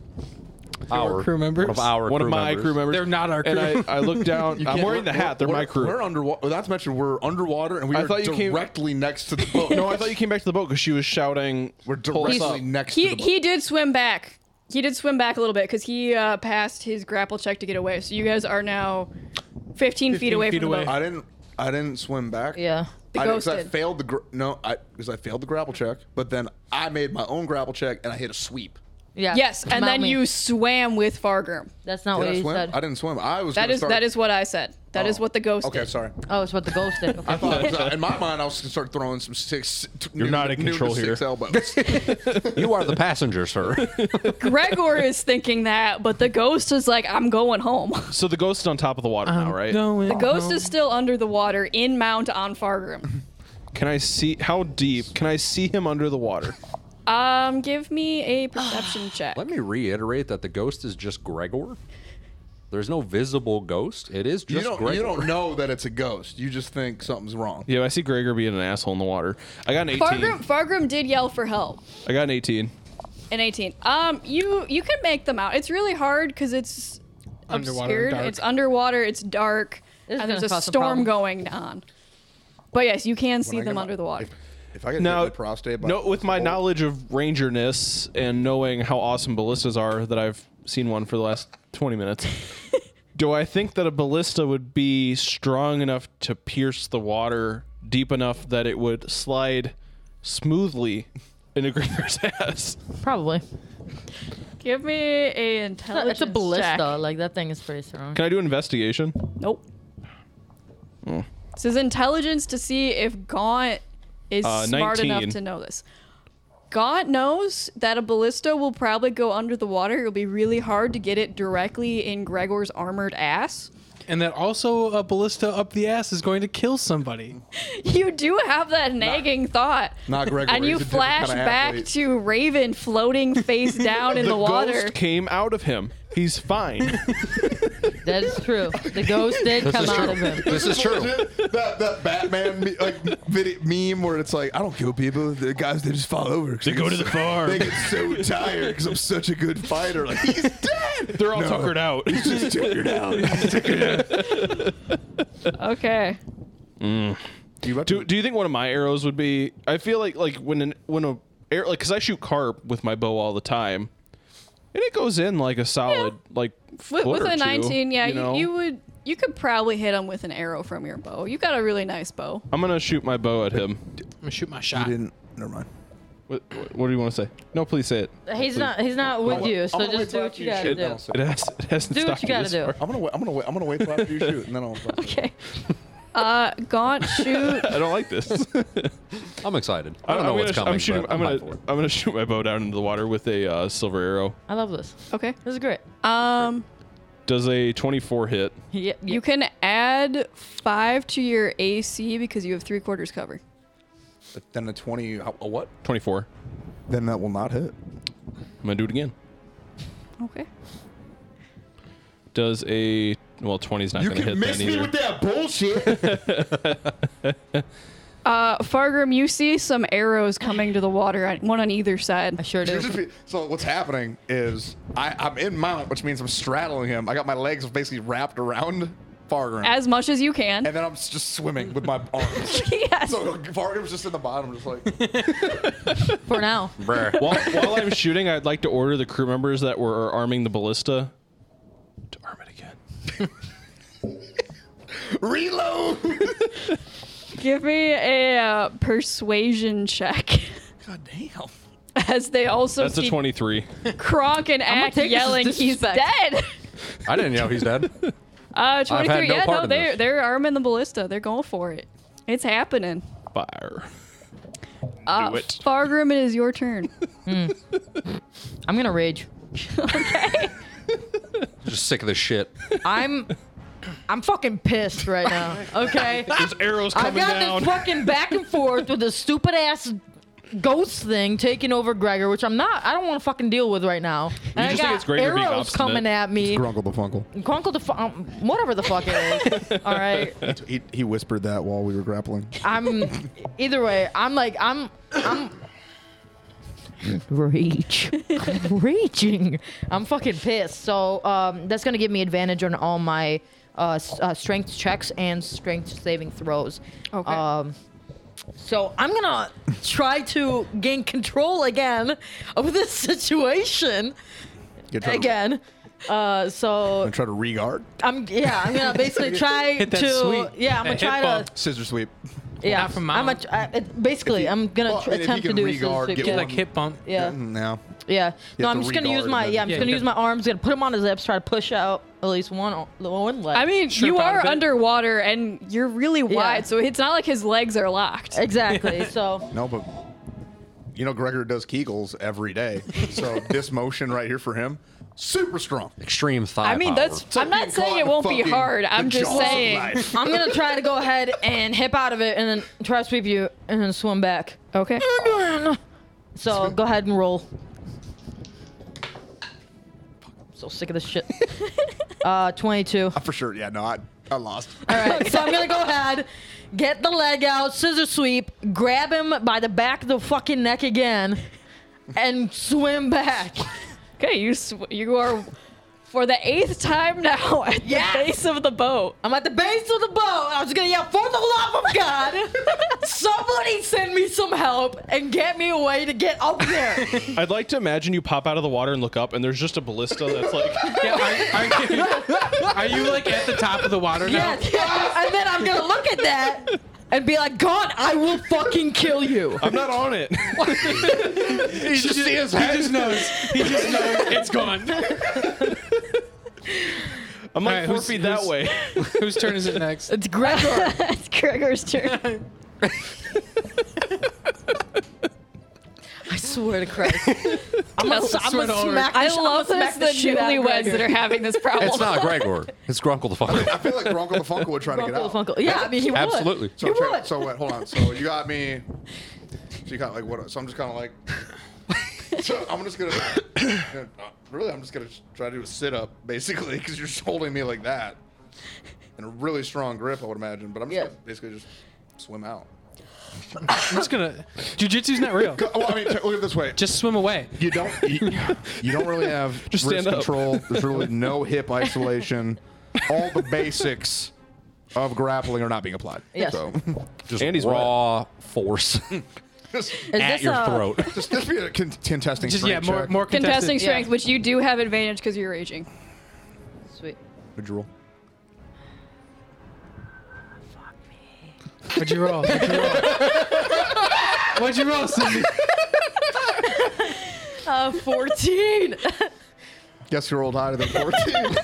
S5: Our
S3: crew members?
S5: One of our
S6: one
S5: crew
S6: of my
S5: members.
S6: crew members.
S3: They're not our
S6: And
S3: crew.
S6: I, I <laughs> look down. I'm wearing the hat. They're
S1: we're,
S6: my crew.
S1: We're underwater. That's mentioned. We're underwater, and we
S6: I
S1: are
S6: thought you came-
S1: directly next to the boat.
S6: no, I thought you came back to the boat because she was shouting.
S1: we're
S6: "Pull us up."
S1: directly next to
S2: He
S1: the boat.
S2: he did swim back. He did swim back a little bit because he uh, passed his grapple check to get away. So you guys are now 15, feet
S3: 15
S2: away
S3: feet
S2: from
S3: away.
S2: the boat.
S1: I didn't. I didn't swim back.
S4: Yeah.
S2: The
S1: I, 'cause I
S2: ghosted.
S1: failed the gr- no, I because I failed the grapple check, but then I made my own grapple check and I hit a sweep.
S4: Yeah.
S2: Yes, and
S4: Mount
S2: then
S4: me.
S2: you swam with Fargrim.
S4: That's not
S1: Did
S4: what
S1: I
S4: you
S1: swim?
S4: said.
S1: I didn't swim. I was.
S2: That
S1: gonna
S2: is
S1: start-
S2: that is what I said. That is
S1: Oh.
S2: what the ghost.
S1: Okay,
S2: did.
S1: sorry.
S4: Oh, it's what the ghost did. Okay.
S1: I thought I was- in my mind I was gonna start throwing some six. T- You're
S6: not in control
S1: Six
S6: here.
S1: elbows.
S6: <laughs>
S5: You are the passenger, sir.
S2: <laughs> Gregor is thinking that, but the ghost is like, I'm going home. <laughs>
S6: So the ghost is on top of the water now, right?
S3: Going
S2: The ghost is still under the water in Mount on Fargrim.
S6: Can I see how deep? Can I see him under the water?
S2: Um, give me a perception check.
S5: Let me reiterate that the ghost is just Gregor. There's no visible ghost. It is
S1: you
S5: just
S1: don't.
S5: Gregor.
S1: You don't know that it's a ghost. You just think something's wrong.
S6: <laughs> Yeah, I see Gregor being an asshole in the water. I got an 18.
S2: Fargrim Fargrim did yell for help.
S6: I got an 18.
S2: An 18. Um, you you can make them out. It's really hard because it's
S3: Underwater and
S2: obscured.
S3: dark.
S2: It's underwater. It's dark,
S4: This is
S2: and there's
S4: gonna
S2: a
S4: cause some
S2: storm
S4: problems.
S2: going on. But yes, you can see
S1: I get
S2: them
S1: my-
S2: under the water.
S1: If I get hit in
S6: Now,
S1: the prostate, by
S6: no, with my
S1: oh,
S6: knowledge of rangerness and knowing how awesome ballistas are, that I've seen one for the last 20 minutes. do I think that a ballista would be strong enough to pierce the water deep enough that it would slide smoothly <laughs> into Gregor's ass?
S4: Probably.
S2: Give me a
S4: It's a,
S2: intelligence.
S4: it's a ballista.
S2: check.
S4: Like that thing is pretty
S6: <laughs>
S4: strong.
S6: Can I do investigation?
S2: Nope. This is intelligence to see if Gaunt is
S6: Uh,
S2: smart enough
S6: 19.
S2: to know this. Gaunt knows that a ballista will probably go under the water. It'll be really hard to get it directly in Gregor's armored ass.
S3: And that also a ballista up the ass is going to kill somebody.
S2: You do have that nagging thought.
S1: Not Gregor.
S2: and you
S1: he's a different
S2: flash
S1: kind of
S2: back
S1: athlete.
S2: to Raven floating face down in the, water.
S6: ghost came out of him. He's fine.
S4: That is true. The ghost did come
S5: is
S4: out
S5: true.
S4: of him.
S1: <laughs>
S5: This is true.
S1: that that Batman me- like video, meme where it's like I don't kill people. The guys they just fall over. They
S6: go to the farm.
S1: They get so tired because I'm such a good fighter. Like
S6: <laughs>
S1: he's dead.
S6: They're all tuckered out.
S1: Just took her down.
S2: Okay.
S1: You about
S6: Do, do you think one of my arrows would be? I feel like like when an, when a air like because I shoot carp with my bow all the time, and it goes in like a solid like
S2: With,
S6: foot
S2: with
S6: or
S2: a
S6: two,
S2: 19, yeah, you,
S6: You, know?
S2: you would you could probably hit him with an arrow from your bow. You got a really nice bow.
S6: I'm gonna shoot my bow at him.
S3: I'm gonna shoot my shot.
S1: didn't. Never mind.
S6: What, what do you want to say? No, please say it.
S4: Uh, He's not. He's not with you. So
S1: I'm gonna
S4: just
S1: wait
S4: do what
S1: till
S4: you
S1: after you
S4: gotta do.
S1: shoot.
S6: It has it hasn't
S4: Do what
S6: stopped
S4: you
S6: me
S4: gotta
S6: this
S4: do.
S6: far.
S1: I'm gonna wait. I'm gonna wait. I'm gonna wait till after you shoot, and then I'll.
S2: Okay. Uh, Gaunt shoot.
S6: I don't like <laughs> this.
S5: I'm excited. I don't
S6: I'm
S5: know what's
S6: gonna, sh-
S5: coming.
S6: I'm shooting.
S5: but
S6: I'm,
S5: hyped
S6: gonna.
S5: for it.
S6: I'm gonna shoot my bow down into the water with a uh, silver arrow.
S4: I love this.
S2: Okay.
S4: This is great. <laughs>
S2: Um,
S6: Does a 24 hit?
S4: Yeah,
S2: you can add five to your AC because you have three quarters cover.
S1: But then the twenty. A a what?
S6: 24.
S1: Then that will not hit.
S6: I'm gonna do it again.
S2: Okay.
S6: Does a well 20 is not gonna hit that either.
S1: that <laughs> bullshit.
S2: Uh, Fargrim, you see some arrows coming to the water, on- one on either
S4: I
S2: side.
S1: <laughs>
S4: sure do.
S1: so what's happening is I, I'm in mount, which means I'm straddling him. I got my legs basically wrapped around Fargrim,
S2: As much as you can.
S1: and then I'm s- just swimming with my arms.
S2: <laughs>
S4: <laughs>
S2: yes.
S1: so Fargrim's just in the bottom, just like.
S4: For now.
S6: while, while I'm shooting, I'd like to order the crew members that were arming the ballista to arm it again.
S1: Reload!
S2: Give me a uh, persuasion
S4: <laughs>
S2: check.
S1: God damn.
S2: As they also
S6: That's
S2: see
S6: a 23.
S2: Kronk and
S4: gonna
S2: Ack
S4: take this as
S2: yelling, he's
S4: disrespect."
S2: dead. <laughs>
S5: <laughs> I didn't know he's dead.
S2: Uh, 23.
S5: no
S2: yeah,
S5: part
S2: no,
S5: in
S2: they're,
S5: this.
S2: they're arming the ballista. They're going for it. It's happening.
S6: Fire.
S2: Uh,
S6: Do it.
S2: Fargrim, it is your
S4: <laughs>
S2: turn.
S4: I'm gonna rage.
S5: Just sick of this shit.
S4: I'm. I'm fucking pissed right
S6: <laughs>
S4: now. Okay.
S6: There's arrows
S4: I've
S6: coming
S4: got
S6: down.
S4: this fucking back and forth with this stupid ass ghost thing taking over Gregor, which I'm not. I don't want to fucking deal with right now. And I
S6: just
S4: got
S6: think it's Gregor being
S4: arrows
S6: obstinate.
S4: coming at me.
S1: Grunkle the Funkle.
S4: Conkle the fu- um, whatever the fuck it
S6: <laughs>
S4: is. All right.
S1: He, he whispered that while we were grappling.
S4: I'm. Either way, I'm like I'm. I'm. Reach. <laughs> Reaching. I'm fucking pissed. So um, that's gonna give me advantage on all my uh, s- uh, strength checks and strength saving throws.
S2: Okay.
S4: Um, so I'm gonna try to gain control again of this <laughs> situation
S1: Gonna try to-
S4: again. Uh, so
S1: gonna try to regard.
S4: I'm yeah
S3: <laughs>
S4: I'm gonna basically try
S3: Hit that
S4: to
S3: sweet.
S4: yeah
S3: That
S4: I'm gonna
S3: hit
S4: try
S3: ball.
S4: to
S1: Scissor sweep.
S4: yeah,
S3: Not from
S4: I'm
S3: mine.
S4: a, I, it- basically, I'm gonna
S1: well,
S4: tr-
S1: I mean, if
S4: attempt
S1: you
S4: to
S1: can
S4: do
S1: regard,
S4: this.
S1: get
S4: yeah.
S1: one-
S3: Like hip bump.
S4: yeah,
S1: No.
S4: yeah. No,
S1: have
S4: I'm
S1: to
S4: just gonna use
S1: regard
S4: my
S1: and
S4: yeah. I'm just
S3: then-
S4: gonna
S3: Yeah.
S4: use my arms. Gonna put them on his hips. Try to push out at least one o- the one leg.
S2: I mean,
S3: Strip
S2: you
S3: out a
S2: are
S3: bit.
S2: underwater and you're really wide,
S4: Yeah.
S2: so it's not like his legs are locked.
S4: exactly. So
S1: No, but you know Gregor does Kegels every day, so this motion right here for him, super strong.
S5: Extreme thigh.
S2: I mean,
S5: power.
S2: that's. I'm not saying it won't be hard. I'm just saying.
S4: I'm gonna try to go ahead and hip out of it, and then try to sweep you, and then swim back. <laughs>
S2: Okay.
S4: So go ahead and roll. So sick of this shit. Uh, 22.
S1: <laughs> For sure. Yeah. No, I, I lost.
S4: All right, so I'm gonna go ahead, get the leg out, scissor sweep, grab him by the back of the fucking neck again, and swim back.
S2: Okay, you sw- you are for the eighth time now <laughs> at
S4: Yes!
S2: the base of the boat.
S4: I'm at the base of the boat. I was gonna yell, "For the love of God, somebody send me some help and get me away to get up <laughs> there."
S6: I'd like to imagine you pop out of the water and look up, and there's just a ballista that's like.
S3: Yeah, are, are, you, are you like at the top of the water now?
S4: yes, yes. And then I'm gonna look at that and be like, "God, I will fucking kill you."
S6: I'm not on <laughs> it.
S1: You just see his
S3: He just knows. He just knows it's gone.
S6: I'm like
S3: All right,
S6: four
S3: who's-
S6: feet that
S3: who's-
S6: way.
S3: Whose turn is it
S4: <laughs>
S3: next?
S4: It's Gregor.
S2: That's Gregor's turn.
S4: <laughs> I swear to Christ. I'm gonna, I'm
S3: Swear
S4: gonna
S3: to Lord.
S4: smack. the
S2: I
S4: sh- I'm
S2: love
S4: gonna
S2: this.
S4: smack
S2: The
S4: shit out of
S2: newlyweds
S4: Gregor.
S2: that are having this problem.
S5: It's not Gregor. It's Grunkle the
S1: I
S5: fucker.
S1: feel like Grunkle the Funkle would try to get out.
S4: Funkle, Funkle. Yeah, I mean, he would.
S5: Absolutely.
S1: So,
S4: He
S1: tra-
S4: would.
S1: so wait, hold on. So you got me. So you kind of like what? So I'm just kind of like. <laughs> so I'm just gonna. gonna- <coughs> uh, Really, I'm just gonna try to do a sit up basically because you're just holding me like that, in a really strong grip, I would imagine. But I'm just
S4: Yeah.
S1: gonna basically just swim out.
S3: I'm just gonna. Jujitsu's not real.
S1: Well, I mean, t- look at it this way.
S3: Just swim away.
S1: you don't you, you don't really
S3: <laughs>
S1: have
S6: Just
S1: wrist
S6: stand up.
S1: control. There's really no hip isolation. All the basics of grappling are not being applied.
S4: Yes.
S1: So
S5: <laughs>
S1: <laughs>
S5: Just
S6: Andy's
S5: raw force
S1: just,
S4: Is
S5: at
S4: this
S5: your
S4: a-
S5: throat.
S1: just, just be a con- contesting
S3: Just yeah,
S1: strength
S3: more
S1: check.
S3: more
S2: <laughs> Contesting
S3: contested.
S2: strength, which you do have advantage because you're raging.
S4: Sweet.
S1: Would you roll?
S3: What'd you roll? What'd you roll?
S4: <laughs>
S3: What'd you roll, Cindy?
S4: Uh, 14.
S1: Guess you rolled higher than 14.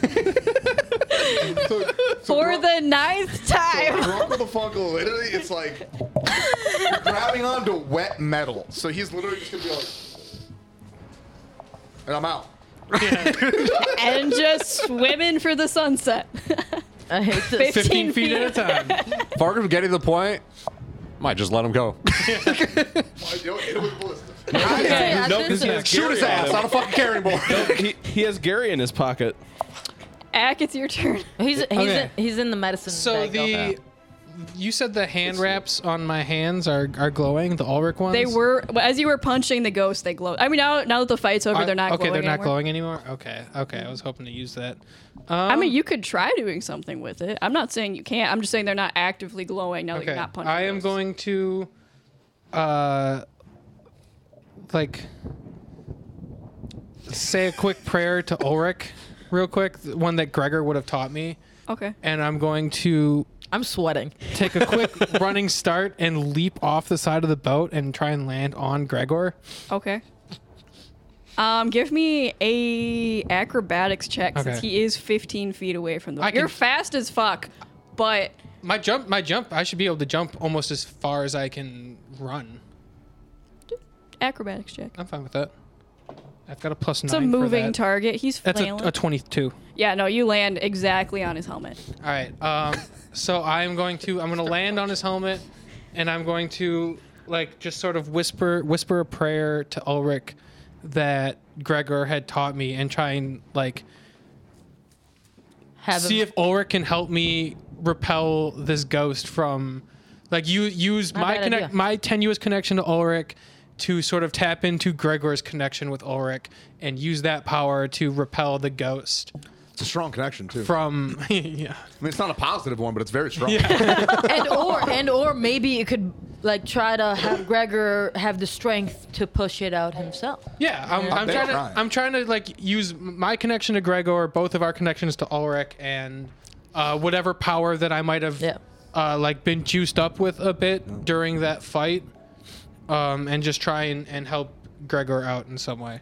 S1: so, so
S2: For
S1: Gro-
S2: the ninth time.
S1: Grunkle the Funkle, literally, it's like you're grabbing onto wet metal. So he's literally just gonna be like, and I'm out.
S2: <laughs> and just swimming for the sunset.
S4: I hate
S2: 15,
S4: this.
S3: 15 feet at a time.
S5: Fargrim getting to the point. Might just let him go.
S1: Like, yo, it was ballistic.
S4: Okay,
S6: Nope,
S4: that's
S6: he's
S4: just-
S6: not
S1: Shoot his
S6: Gary on
S1: ass
S6: him.
S1: on a fucking carrying board.
S6: <laughs> he, he has Gary in his pocket.
S2: Ack, it's your turn.
S4: He's he's,
S3: Okay.
S4: in, he's in the medicine.
S3: So
S4: bag, though.
S3: the you said the hand wraps on my hands are, are glowing, the Ulrich ones?
S2: They were well, as you were punching the ghost, they glowed. I mean, now now that the fight's over,
S3: Are-
S2: they're not
S3: Okay,
S2: glowing
S3: they're not
S2: anymore.
S3: glowing anymore. Okay. Okay, I was hoping to use that. Um,
S2: I mean, you could try doing something with it. I'm not saying you can't. I'm just saying they're not actively glowing now that you're not punching.
S3: I am
S2: ghosts.
S3: going to, uh, like, say a quick prayer to Ulrich, real quick, the one that Gregor would have taught me,
S2: Okay.
S3: and I'm going to
S4: I'm sweating.
S3: take a
S2: <laughs>
S3: quick running start and leap off the side of the boat and try and land on Gregor.
S2: Okay. Um, give me a acrobatics check since
S3: Okay.
S2: he is 15 feet away from the.
S3: I can-
S2: You're fast as fuck, but
S3: My jump, my jump. I should be able to jump almost as far as I can run.
S2: acrobatics check.
S3: I'm fine with that. I've got a plus
S2: It's a
S3: nine. for
S2: moving
S3: that.
S2: target. He's
S3: That's a,
S2: flailing.
S3: a 22.
S2: yeah, no, you land exactly on his helmet.
S3: All right. Um, so I'm going to I'm going to land on his helmet, and I'm going to like just sort of whisper whisper a prayer to Ulrich that Gregor had taught me, and try and like
S4: Have
S3: see
S4: him,
S3: if Ulrich can help me repel this ghost from like you use
S4: Not a
S3: my
S4: bad
S3: connect
S4: idea.
S3: my tenuous connection to Ulrich to sort of tap into Gregor's connection with Ulrich and use that power to repel the ghost
S1: It's a strong connection too.
S3: from <laughs> yeah.
S1: I mean, it's not a positive one, but it's very strong.
S4: and or and or maybe it could like try to have Gregor have the strength to push it out himself.
S3: Yeah, I'm, I'm
S1: They're
S3: trying to.
S1: trying.
S3: I'm trying to like use my connection to Gregor, both of our connections to Ulrich, and uh, whatever power that I might have,
S4: Yeah.
S3: uh, like been juiced up with a bit during that fight, um, and just try and, and help Gregor out in some way.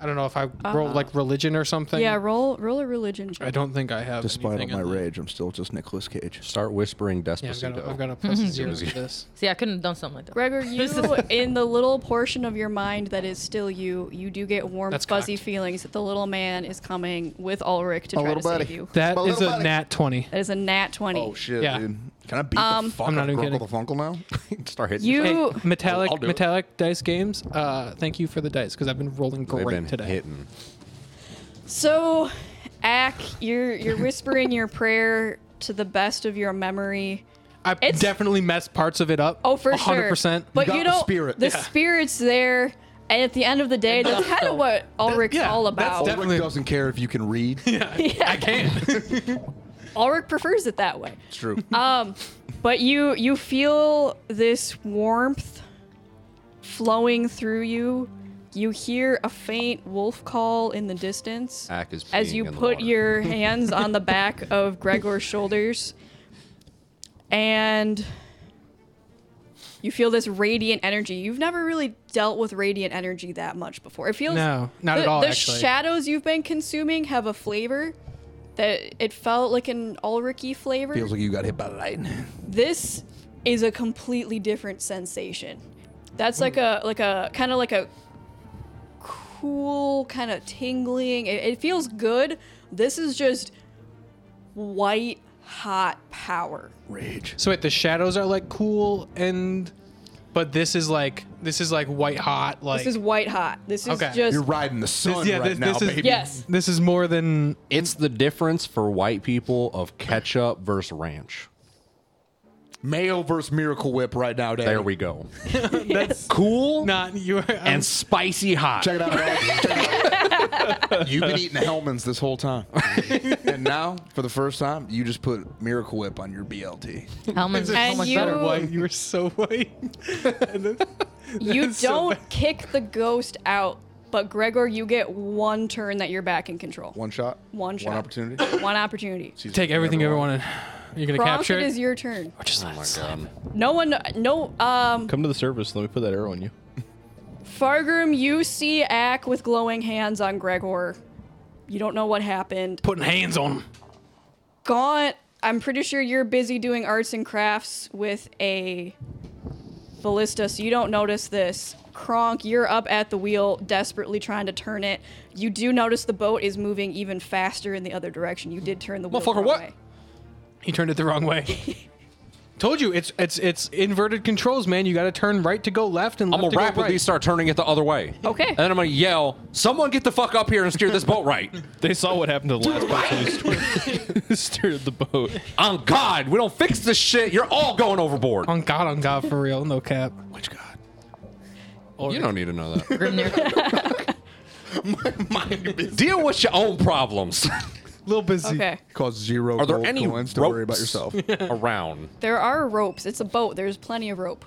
S3: I don't know if I rolled like religion or something.
S2: Yeah, roll roll a religion check.
S3: I don't think I have.
S1: Despite all
S3: anything
S1: my
S3: in there.
S1: rage, I'm still just Nicolas Cage.
S5: <laughs> Start whispering
S3: Yeah, I've
S5: despacito.
S3: got, a, I've got a plus zero to this.
S4: See, I couldn't have done something like
S3: <laughs>
S4: that.
S2: Gregor, you in the little portion of your mind that is still you, you do get warm,
S3: That's
S2: fuzzy
S3: cocked.
S2: feelings that the little man is coming with Ulrich to
S1: My
S2: try to
S1: little
S2: save
S1: buddy.
S2: you.
S3: That
S1: My
S3: is
S1: little
S3: a
S1: buddy.
S3: nat twenty.
S2: That is a nat twenty.
S1: Oh shit,
S3: Yeah.
S1: dude! Can I beat
S2: Um,
S1: the fuck
S3: I'm not
S1: out of
S3: even
S1: Grunkle the Funkle
S3: <laughs>
S1: now?
S5: <laughs> Start hitting.
S2: You-
S3: Hey,
S2: Ooh.
S3: metallic
S5: I'll do it.
S3: metallic dice games. Uh, thank you for the dice because I've been rolling
S5: They've
S3: great
S5: been
S3: today.
S5: hitting.
S2: So, Ack, you're you're whispering your prayer to the best of your memory.
S3: I
S2: It's-
S3: definitely messed parts of it up.
S2: Oh, for sure.
S3: 100%.
S2: But
S1: got
S2: you
S1: the
S2: know,
S1: spirit.
S2: the
S1: Yeah.
S2: spirit's there, and at the end of the day, that's kind of what Ulrich's
S3: yeah,
S2: all
S3: that's
S2: about.
S3: def-
S1: Ulrich doesn't care if you can read.
S2: I <laughs> can't. Ulrich prefers it that way.
S1: It's true.
S2: Um, but you you feel this warmth flowing through you. You hear a faint wolf call in the distance
S5: Ack is
S2: as
S5: peeing
S2: you
S5: in the
S2: put
S5: water. <laughs>
S2: your hands on the back of Gregor's shoulders, and you feel this radiant energy. You've never really dealt with radiant energy that much before. It feels
S3: No, not
S2: the,
S3: at all,
S2: The
S3: actually.
S2: shadows you've been consuming have a flavor that it felt like an Ulrichy flavor
S1: Feels like you got hit by lightning.
S2: this is a completely different sensation that's like a like a kind of like a cool kind of tingling it, it feels good this is just white hot power
S1: <laughs> Rage.
S3: So wait, the shadows are like cool and but this is like this is like white hot like <laughs>
S2: this is white hot this is
S3: Okay.
S2: just
S1: You're riding the sun
S3: yeah,
S1: right
S3: this,
S1: now,
S3: this is
S1: baby.
S3: <laughs>
S2: Yes.
S3: This is more than
S5: It's the difference for white people of ketchup versus ranch.
S1: Mayo versus Miracle Whip right now, Dave.
S5: There we go.
S3: That's
S1: cool
S3: not you. <laughs> I'm
S5: and spicy hot.
S1: Check it out. guys. Check it
S3: <laughs>
S1: out. You've been eating Hellman's this whole time, and now for the first time, you just put Miracle Whip on your BLT.
S4: How much, how
S2: And
S4: much
S2: you-
S4: better?
S3: white. <laughs> You were so white. And then-
S2: You
S3: so
S2: don't kick the ghost out, but Gregor, you get one turn that you're back in control.
S1: One shot.
S2: One shot.
S1: One opportunity.
S2: One opportunity.
S1: She's
S3: Take everything
S1: everyone.
S3: everyone. And you're gonna
S2: Bronx,
S3: capture
S2: it
S3: it.
S2: is your turn.
S3: Just let it slide.
S2: No one, no, um,
S6: Come to the service. Let me put that arrow on you.
S2: Fargrim, you see Ack with glowing hands on Gregor. You don't know what happened.
S3: Putting hands on him.
S2: Gaunt, I'm pretty sure you're busy doing arts and crafts with a ballista, so you don't notice this. Kronk, you're up at the wheel, desperately trying to turn it. You do notice the boat is moving even faster in the other direction. You did turn the wheel. the
S3: Motherfucker,
S2: wrong
S3: what?
S2: way.
S3: He turned it the wrong way.
S2: <laughs>
S3: Told you, it's it's it's inverted controls, man. You got to turn right to go left and
S5: I'm
S3: left
S5: gonna
S3: to go
S5: rapidly
S3: right.
S5: start turning it the other way.
S2: Okay.
S5: And then I'm gonna yell, "Someone get the fuck up here and steer this boat right!"
S6: They saw what happened to the last person <laughs> who steered, steered the boat.
S5: On God, we don't fix this shit. You're all going overboard.
S3: on God, on God, for real, no cap.
S1: Which god?
S5: You don't need to know that.
S4: Grimnir.
S3: <laughs>
S1: Mind your business.
S5: Deal with your own problems. <laughs>
S3: little busy.
S2: Okay.
S1: Cause zero.
S5: Are there
S1: gold
S5: any
S1: coins? Don't worry about
S5: ropes?
S1: yourself.
S5: around.
S2: There are ropes. It's a boat. There's plenty of rope.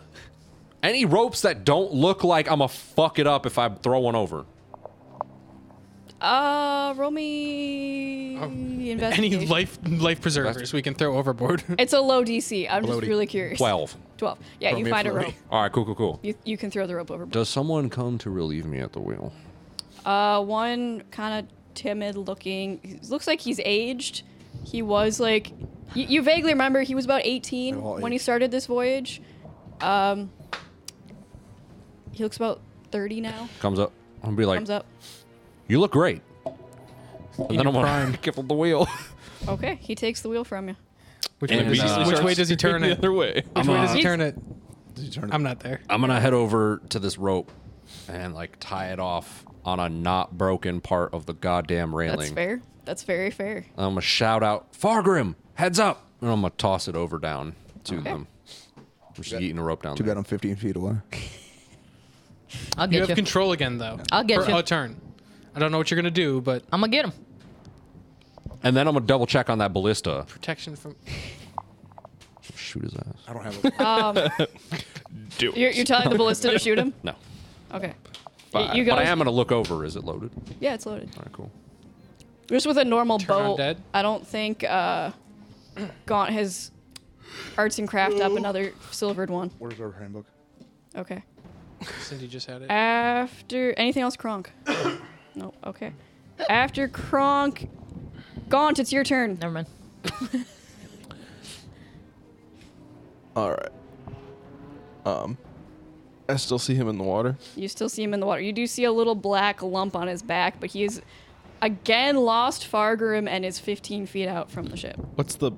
S5: Any ropes that don't look like I'm gonna fuck it up if I throw one over.
S2: Uh, roll me investigation.
S3: Oh, Any life life preservers we can throw overboard.
S2: it's a low DC. I'm
S1: Floaty.
S2: just really curious.
S5: Twelve.
S2: Twelve. Yeah,
S1: Throw me
S2: you
S1: a
S2: find a
S1: floaty.
S2: rope.
S5: All right, cool, cool, cool.
S2: You, you can throw the rope overboard.
S5: Does someone come to relieve me at the wheel?
S2: Uh, one kind of timid looking. he Looks like he's aged. He was like, you, you vaguely remember he was about 18
S1: They're all
S2: when he
S1: aged.
S2: started this voyage. Um, he looks about 30 now.
S5: Comes up. I'm gonna be like,
S2: Thumbs up.
S5: "You look great." And then I'm
S3: prime.
S5: gonna <laughs> give him the wheel.
S2: Okay, he takes the wheel from you.
S3: Which,
S5: And
S3: way does,
S5: immediately
S3: he, which way does he turn
S6: the
S3: it?
S6: other way?
S3: Which way does he
S2: uh,
S3: turn it?
S1: Did you turn it?
S3: I'm not there.
S5: I'm gonna head over to this rope and like tie it off on a not broken part of the goddamn railing.
S2: That's fair. That's very fair.
S5: I'm gonna shout out, Fargrim, heads up, and I'm gonna toss it over down to them. I'm just eating a rope down
S1: Too
S5: there.
S1: bad I'm 15 feet away.
S4: I'll
S3: You
S4: get
S3: have
S4: you.
S3: control again, though.
S4: I'll get
S3: for
S4: you.
S3: A turn. I don't know what you're gonna do, but
S4: I'm gonna get him.
S5: And then I'm gonna double check on that ballista.
S3: protection from.
S5: Shoot his ass.
S1: I don't have.
S4: <laughs>
S1: A,
S6: Do
S2: You're, you're telling the ballista
S1: <laughs>
S2: to shoot him?
S5: No.
S2: Okay. Y-
S5: But,
S2: You
S5: but I
S2: guys-
S5: am gonna look over. Is it loaded?
S2: Yeah, it's loaded.
S5: All right, cool.
S2: Just with a normal
S3: Turn on
S2: boat,
S3: dead.
S2: I don't think uh, Gaunt has arts and craft up another silvered one.
S1: where's our handbook?
S2: Okay.
S3: Cindy just had it.
S2: After anything else, Kronk. <coughs> no, okay. After Kronk, Gaunt, it's your turn.
S4: Never mind.
S6: All right. Um, I still see him in the water.
S2: You still see him in the water. You do see a little black lump on his back, but he is again lost Fargrim and is 15 feet out from the ship.
S6: What's the?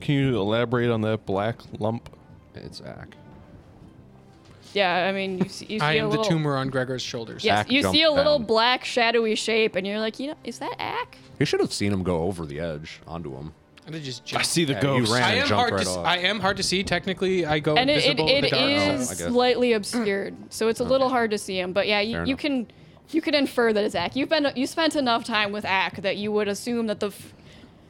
S6: Can you elaborate on that black lump?
S5: It's Ack.
S2: Yeah, I mean, you see, you see
S3: I
S2: a
S3: am the
S2: little,
S3: tumor on Gregor's shoulders.
S2: Yes,
S5: Ack
S2: you see a
S5: jumped
S2: little
S5: down.
S2: black shadowy shape, and you're like, you know, is that Ack?
S5: You should have seen him go over the edge onto him.
S3: I did just
S6: I
S3: jump.
S6: see the
S5: Yeah, you
S6: ghost.
S5: ran.
S3: I am
S5: jump
S3: hard
S5: right
S3: to. s-
S5: off.
S3: I am hard to see. Technically, I go
S2: and it, it,
S3: invisible in the
S2: it
S3: dark.
S5: Oh, I
S2: is
S5: guess.
S2: slightly obscured, so it's a little hard to see him. But yeah, you,
S5: Fair
S2: you
S5: enough.
S2: can you can infer that it's Ack. You've been you spent enough time with Ack that you would assume that the f-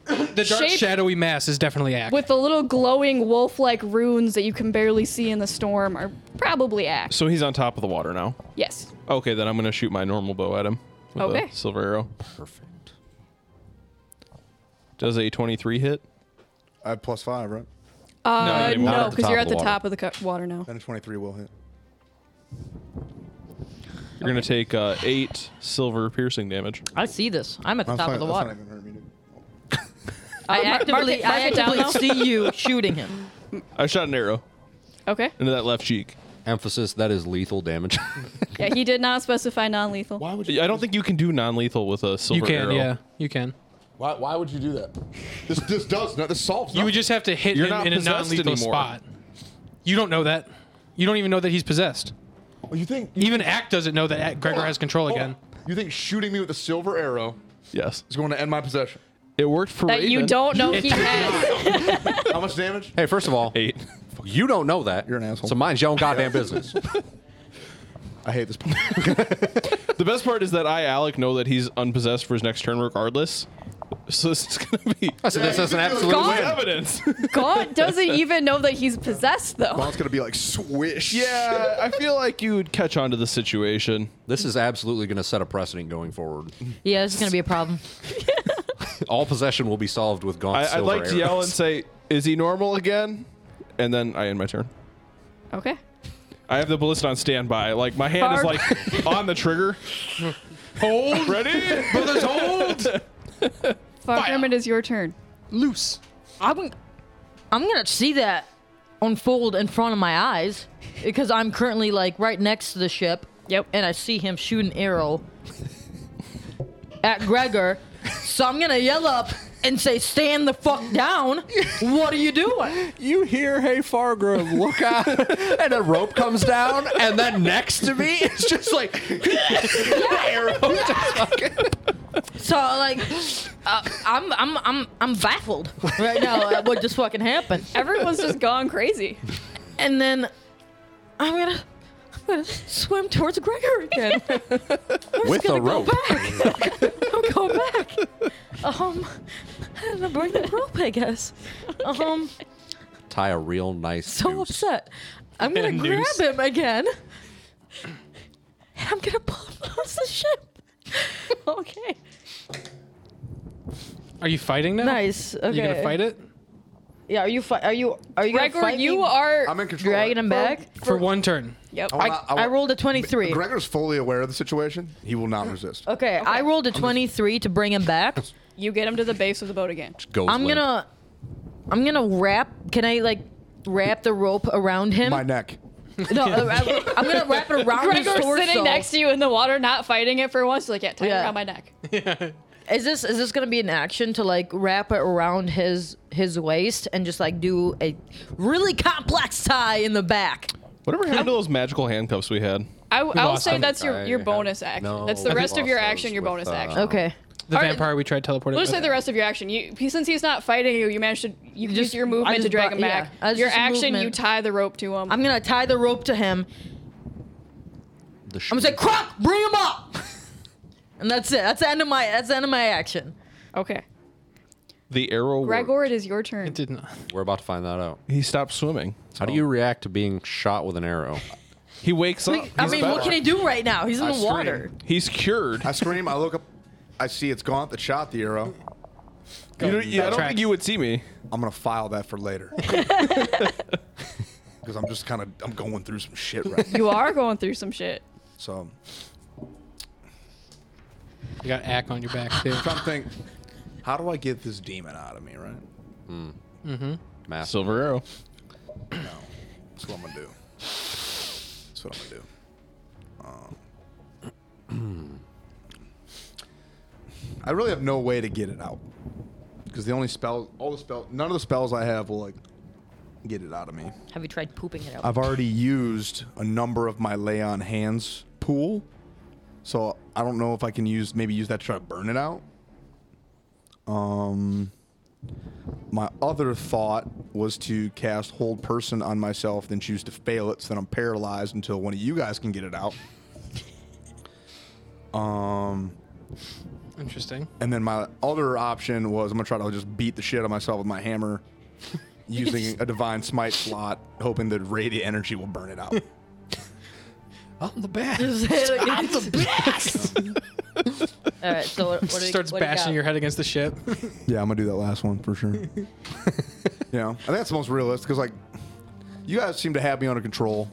S3: The dark
S2: shape-
S3: shadowy mass is definitely Ack.
S2: with the little glowing wolf-like runes that you can barely see in the storm are probably Ack.
S6: So he's on top of the water now.
S2: Yes.
S6: Okay, then I'm gonna shoot my normal bow at him with
S2: Okay.
S6: a silver arrow.
S5: Perfect.
S6: Does a 23 hit?
S1: I have plus five, right?
S6: not
S2: Uh,
S6: anymore. Not
S2: no,
S5: at the
S2: because
S5: top
S2: you're
S5: of
S2: at
S5: the
S2: the
S5: water.
S2: top of the cu-
S1: <laughs>
S2: water now.
S1: Then a 23 will hit.
S6: You're gonna take uh, eight silver piercing damage.
S4: I see this. I'm at the
S1: That's
S4: top
S1: not-
S4: of the
S1: that's
S4: water.
S1: Not even hurt me, dude.
S4: I
S2: mark it-
S4: actively,
S2: mark
S4: I
S2: it down,
S4: actively see you shooting him.
S6: I shot an arrow
S2: Okay.
S6: into that left cheek.
S5: Emphasis that is lethal damage. <laughs>
S2: Yeah, he did not specify non-lethal.
S1: Why would you?
S6: I don't think you can do non-lethal with a silver
S3: you can,
S6: arrow.
S3: yeah, you can.
S1: Why, why would you do that? This this does no, this solves.
S3: You would just have to hit
S6: You're
S3: him
S6: not
S3: in a
S6: possessed
S3: non-lethal
S6: anymore.
S3: spot. You don't know that. You don't even know that he's possessed.
S1: Well, you think
S3: Even Ack doesn't know that Ack- Gregor has control
S1: Hold
S3: again.
S1: on. You think shooting me with a silver arrow
S6: Yes,
S1: is going to end my possession?
S6: it worked for
S2: That you
S6: Raven.
S2: don't know he has.
S1: How much damage?
S5: hey, first of all,
S6: Eight. <laughs>
S5: You don't know that.
S1: You're an asshole.
S5: So mind your own goddamn business.
S1: I hate this <laughs> part.
S6: The best part is that I, Alec, know that he's unpossessed for his next turn regardless. So this is gonna be
S5: I said this is an absolute
S2: Gone.
S5: win.
S6: evidence. <laughs>
S2: God doesn't even know that he's possessed, though.
S1: Bond's gonna be like swish.
S6: yeah, I feel like you would catch on to the situation.
S5: This is absolutely going to set a precedent going forward.
S4: <laughs> Yeah, this is gonna be a problem.
S5: All possession will be solved with gaunt
S6: I, I'd
S5: silver
S6: like to yell and
S5: arrows.
S6: say, "Is he normal again?" And then I end my turn.
S2: Okay.
S6: I have the ballista on standby. Like my hand is
S2: Barb.
S6: like on the trigger. Hold ready, brothers. Hold.
S2: Fargrim, it is your turn.
S3: Loose.
S4: I'm, I'm gonna see that unfold in front of my eyes because I'm currently like right next to the ship.
S2: Yep.
S4: And I see him shoot an arrow at Gregor, so I'm gonna yell up and say, "Stand the fuck down! What are you doing?"
S5: You hear, hey, Fargrim, look out. <laughs> and a rope comes down, and then next to me, it's just like <laughs> arrow. Just fucking-
S4: So like, uh, I'm I'm I'm I'm baffled right now at what just fucking happened.
S2: Everyone's just gone crazy.
S4: And then I'm gonna. I'm gonna swim towards Gregor again. I'm
S5: With
S4: just gonna
S5: a rope.
S4: Go back. <laughs> I'm going back. Um, I'm gonna bring the rope, I <laughs> guess. Um,
S5: Tie a real nice.
S4: so
S5: noose.
S4: upset. I'm gonna
S6: And
S4: grab
S6: noose.
S4: him again. And I'm gonna pull him across the <laughs> ship.
S2: Okay.
S3: Are you fighting now?
S4: Nice. Okay.
S3: You gonna fight it
S4: Yeah. Are you? Fi- are you? Are you?
S2: Gregor,
S4: gonna fight
S2: you
S4: me
S2: are.
S1: I'm in control.
S4: dragging him back.
S3: for, one turn?
S2: Yep.
S1: I, wanna-
S4: I,
S1: wa-
S4: rolled a twenty-three.
S1: Gregor's fully aware of the situation. He will not resist.
S4: okay, I rolled a twenty-three to bring him back.
S2: You get him to the base of the boat again.
S5: Goes
S4: I'm
S5: limp.
S4: gonna I'm gonna wrap can I like wrap the rope around him?
S1: My neck.
S4: No, I, am <laughs> gonna wrap it around his
S2: Gregor's
S4: torso.
S2: sitting next to you in the water, not fighting it for once. Like, yeah, tie it
S4: Yeah.
S2: around my neck.
S4: Is this is this gonna be an action to like wrap it around his his waist and just like do a really complex tie in the back?
S6: Whatever happened to those magical handcuffs we had?
S2: I, I will
S3: lost
S2: say
S3: him.
S2: that's your,
S5: I
S2: your
S5: have-
S2: bonus action.
S5: no,
S2: that's the
S5: we
S2: rest of
S5: lost
S2: your
S5: those
S2: action, your
S5: with,
S2: bonus
S5: uh,
S2: action.
S4: Okay.
S3: The
S2: Alright.
S3: vampire we tried teleporting.
S2: Let's say the rest of your action. You, he- since he's not fighting you, you managed to you
S4: Just-
S2: use your
S4: I
S2: movement
S4: just
S2: to drag
S4: bu-
S2: him back.
S4: yeah, I was
S2: your
S4: just
S2: action,
S4: movement.
S2: you tie the rope to him.
S4: I'm gonna tie the rope to him.
S5: The sh-
S4: I'm gonna say, Crop, bring him up <laughs> And that's it. That's the end of my that's the end of my action.
S2: okay,
S6: The arrow. worked.
S2: Gregor, it is your turn.
S3: It did not.
S5: We're about to find that out.
S6: He stopped swimming.
S5: How do you react to being shot with an arrow?
S6: He wakes up.
S4: I
S6: He's
S4: mean,
S6: better.
S4: what can he do right now? He's in
S1: I
S4: the
S1: scream.
S4: water.
S6: He's cured.
S1: I scream. I look up. I see it's gaunt that shot the arrow.
S6: You don't- yeah, I don't
S3: Backtrack.
S6: think you would see me.
S1: I'm gonna file that for later. Because I'm just kind of I'm going through some shit right now.
S2: You are going through some shit.
S1: So
S3: You got ack on your back too.
S1: I'm thinking, how do I get this demon out of me? Right?
S5: Math.
S6: Silver arrow.
S1: No, that's what I'm gonna do. That's what I'm gonna do. Um, I really have no way to get it out because the only spell, all the spell, none of the spells I have will like get it out of me.
S4: Have you tried pooping <laughs> it out?
S1: I've already used a number of my lay on hands pool, so I don't know if I can use maybe use that to try to burn it out. Um, my other thought was to cast hold person on myself, then choose to fail it, so then I'm paralyzed until one of you guys can get it out. Um,
S3: Interesting.
S1: and then my other option was I'm gonna try to just beat the shit out of myself with my hammer, using a divine smite slot, hoping that radiant energy will burn it out.
S3: I'm the <laughs> best.
S4: I'm the <laughs> best. All right, so what, what do we,
S3: Starts
S4: what do we
S3: bashing
S4: got?
S3: your head against the ship. <laughs>
S1: Yeah, I'm gonna do that last one for <laughs> sure. you know, I think that's the most realistic because like you guys seem to have me under control,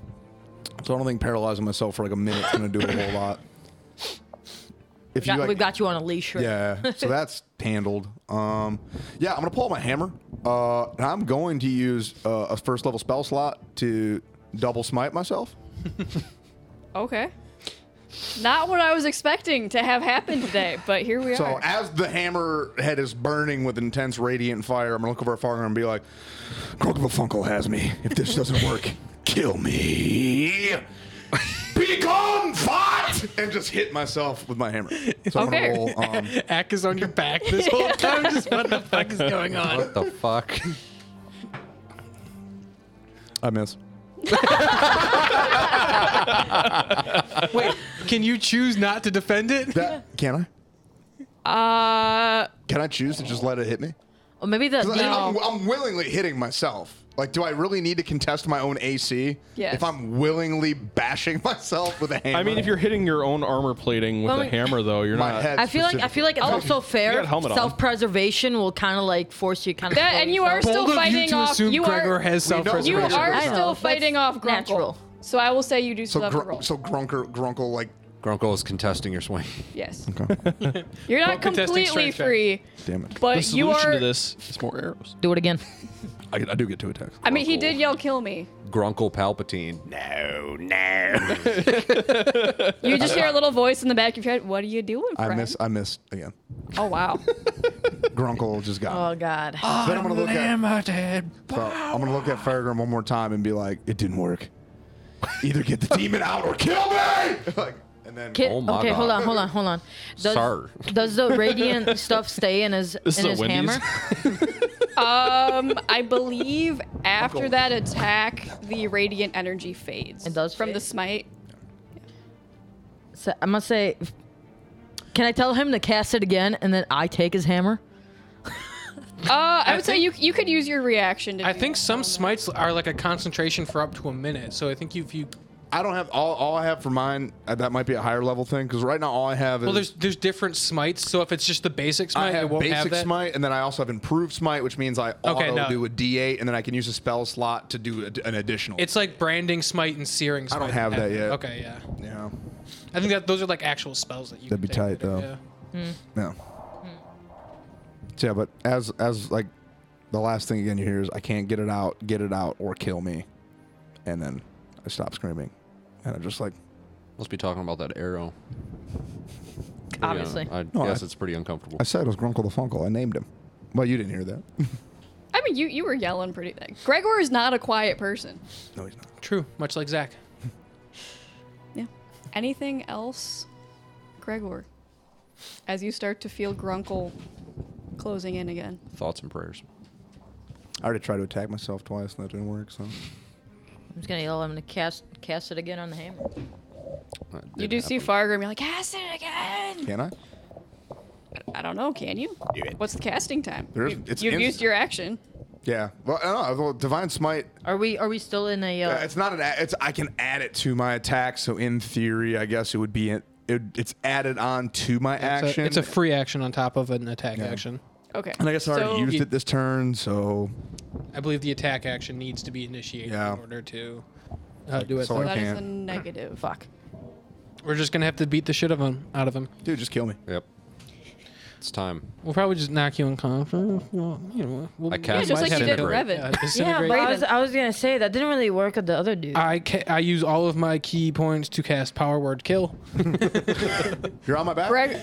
S1: so I don't think paralyzing myself for like a minute's gonna do a whole lot. If
S4: Got-
S1: like-
S4: we've got you on a leash. Right?
S1: yeah, so that's handled. Um, yeah, I'm gonna pull out my hammer, uh, and I'm going to use uh, a first level spell slot to double smite myself.
S2: Okay. Not what I was expecting to have happen today, but here we
S1: So
S2: are.
S1: as the hammer head is burning with intense radiant fire, I'm gonna look over at Fargo and be like, Crocodile Funkel has me. If this doesn't work, <laughs> kill me. Become fat and just hit myself with my hammer. So
S2: Okay.
S1: I'm gonna roll. Um,
S3: Ack is on your back
S2: <laughs>
S3: this whole time. Just what the fuck is going on?
S5: What the fuck?
S7: I miss.
S3: Wait, can you choose not to defend it?
S1: That
S7: Can I?
S2: Uh,
S1: can I choose to just let it hit me?
S4: Or maybe the
S1: 'Cause I- I'm,
S4: demon.
S1: I'm willingly hitting myself. Like, do I really need to contest my own AC?
S2: Yes.
S1: If I'm willingly bashing <laughs> myself with a hammer,
S6: I mean, if you're hitting your own armor plating with
S4: Well,
S6: a
S4: we-
S6: hammer, though, you're
S1: my
S6: not.
S1: head
S4: I feel like I feel like it's also
S6: you
S4: fair.
S6: got helmet on.
S4: Self-preservation will kind of like force you kind of.
S2: That- and you are still
S3: Bold of you
S2: fighting
S3: to
S2: off.
S3: assume
S2: You
S3: Gregor
S2: are
S3: has
S1: We don't-
S3: self-preservation.
S2: you
S1: Pretty sure.
S2: are
S1: I
S2: still
S4: know,
S2: fighting
S4: that's
S2: off Grunkle.
S4: natural.
S2: So I will say you do still
S1: so
S2: have to
S1: gr-
S2: roll.
S1: so grunker grunkle like
S5: Grunkle is contesting your swing.
S2: yes. You're not
S3: Well, contesting
S2: completely
S3: strength check.
S2: free,
S7: Damn it.
S6: the
S2: but you
S6: solution
S2: are.
S6: to this is more arrows.
S4: Do it again.
S7: I, I do get two attacks.
S2: I mean, he
S5: Grunkle.
S2: did yell "kill me."
S5: Grunkle Palpatine. No, no.
S6: <laughs>
S2: You just hear a little voice in the back of your head. What are you doing, friend?
S7: I miss. I miss again.
S2: Oh wow.
S7: Grunkle just got.
S4: Oh God. <gasps>
S7: me. then I'm gonna look at. So I'm gonna look at Fergrim one more time and be like, it didn't work. Either get
S3: <laughs>
S7: the demon out or kill
S1: <laughs>
S7: me. Like, and then
S4: Kid-
S5: Oh my
S4: okay, hold
S5: God.
S4: on, hold on, hold on. Does,
S5: Sir.
S4: does the radiant
S6: <laughs>
S4: stuff stay in his
S6: This
S4: in his
S6: is a Wendy's.
S4: hammer?
S2: Um, I believe after that attack, the radiant energy fades.
S4: It does
S2: from the
S4: fade?
S2: smite.
S4: So I'm gonna say, can I tell him to cast it again and then I take his hammer?
S2: Uh, I, would say you you could use your reaction to.
S3: I
S2: do
S3: think
S2: that.
S3: some smites are like a concentration for up to a minute. So I think if you
S1: I don't have all. All I have for mine uh, that might be a higher level thing because right now all I have is
S3: well, there's there's different smites. So if it's just the basic
S1: I
S3: smite, it
S1: have
S3: won't
S1: basic
S3: have that.
S1: smite, and then I also have improved smite, which means I
S3: Okay,
S1: auto
S3: no.
S1: do a D8, and then I can use a spell slot to do a, an additional.
S3: It's like branding smite and searing. Smite.
S1: don't have that yet.
S3: Okay, yeah.
S1: yeah,
S3: I think that those are like actual spells that you.
S7: That'd
S3: can
S7: be
S3: take.
S7: tight, though.
S3: Yeah.
S7: No. Hmm. So, yeah, but as as like the last thing again you hear is I can't get it out, get it out, or kill me, and then I stop screaming, and I'm just like,
S5: Must be talking about that arrow. Pretty un-
S4: Obviously.
S5: I
S7: No,
S5: guess
S7: I-
S5: it's pretty uncomfortable.
S7: I said it was Grunkle the Funkle. I named him. Well, you didn't hear that.
S2: I mean, you you were yelling pretty. Gregor is not a quiet person.
S7: <laughs> no, he's not.
S3: True, much like Zach.
S2: Yeah. Anything else, Gregor? As you start to feel Grunkle closing in again.
S5: Thoughts and prayers.
S7: I already tried to attack myself twice, and that didn't work. So
S4: I'm just gonna yell him to cast cast it again on the hammer.
S5: That
S2: You
S5: didn't
S2: do see
S5: happen.
S2: Fargrim, you're like, cast it again!
S7: can I?
S2: I don't know, can you? What's the casting time?
S1: There is-
S2: you,
S1: it's
S2: have
S1: instant.
S2: used your action.
S1: yeah. Well, I don't know. Well, divine smite.
S4: Are we are we still in a?
S1: uh,
S4: Uh,
S1: It's not an. a- It's I can add it to my attack, so in theory, I guess it would be. It, it, it's added on to my
S3: It's
S1: action.
S3: a, it's a free action on top of an attack action.
S2: Okay.
S7: And I guess I already
S2: so,
S7: used
S3: you-
S7: it this turn, so
S3: I believe the attack action needs to be initiated
S7: Yeah.
S3: in order to uh, do it.
S7: So
S3: though.
S7: I
S2: That is a
S7: can't. <laughs>
S2: negative. Fuck.
S3: We're just gonna have to beat the shit of him out of him.
S7: dude, just kill me.
S5: Yep. It's time.
S3: We'll probably just knock you unconscious. Well, you know, we'll,
S5: I
S2: Yeah,
S5: cast
S2: just
S5: my
S2: like you did to
S5: disintegrate.
S2: Revan.
S3: Yeah,
S4: yeah,
S3: disintegrate.
S4: but I
S2: Raven.
S4: was I was gonna say that didn't really work with the other dude.
S3: I ca- I use all of my key points to cast power word kill. <laughs>
S1: You're on my back.
S2: Greg,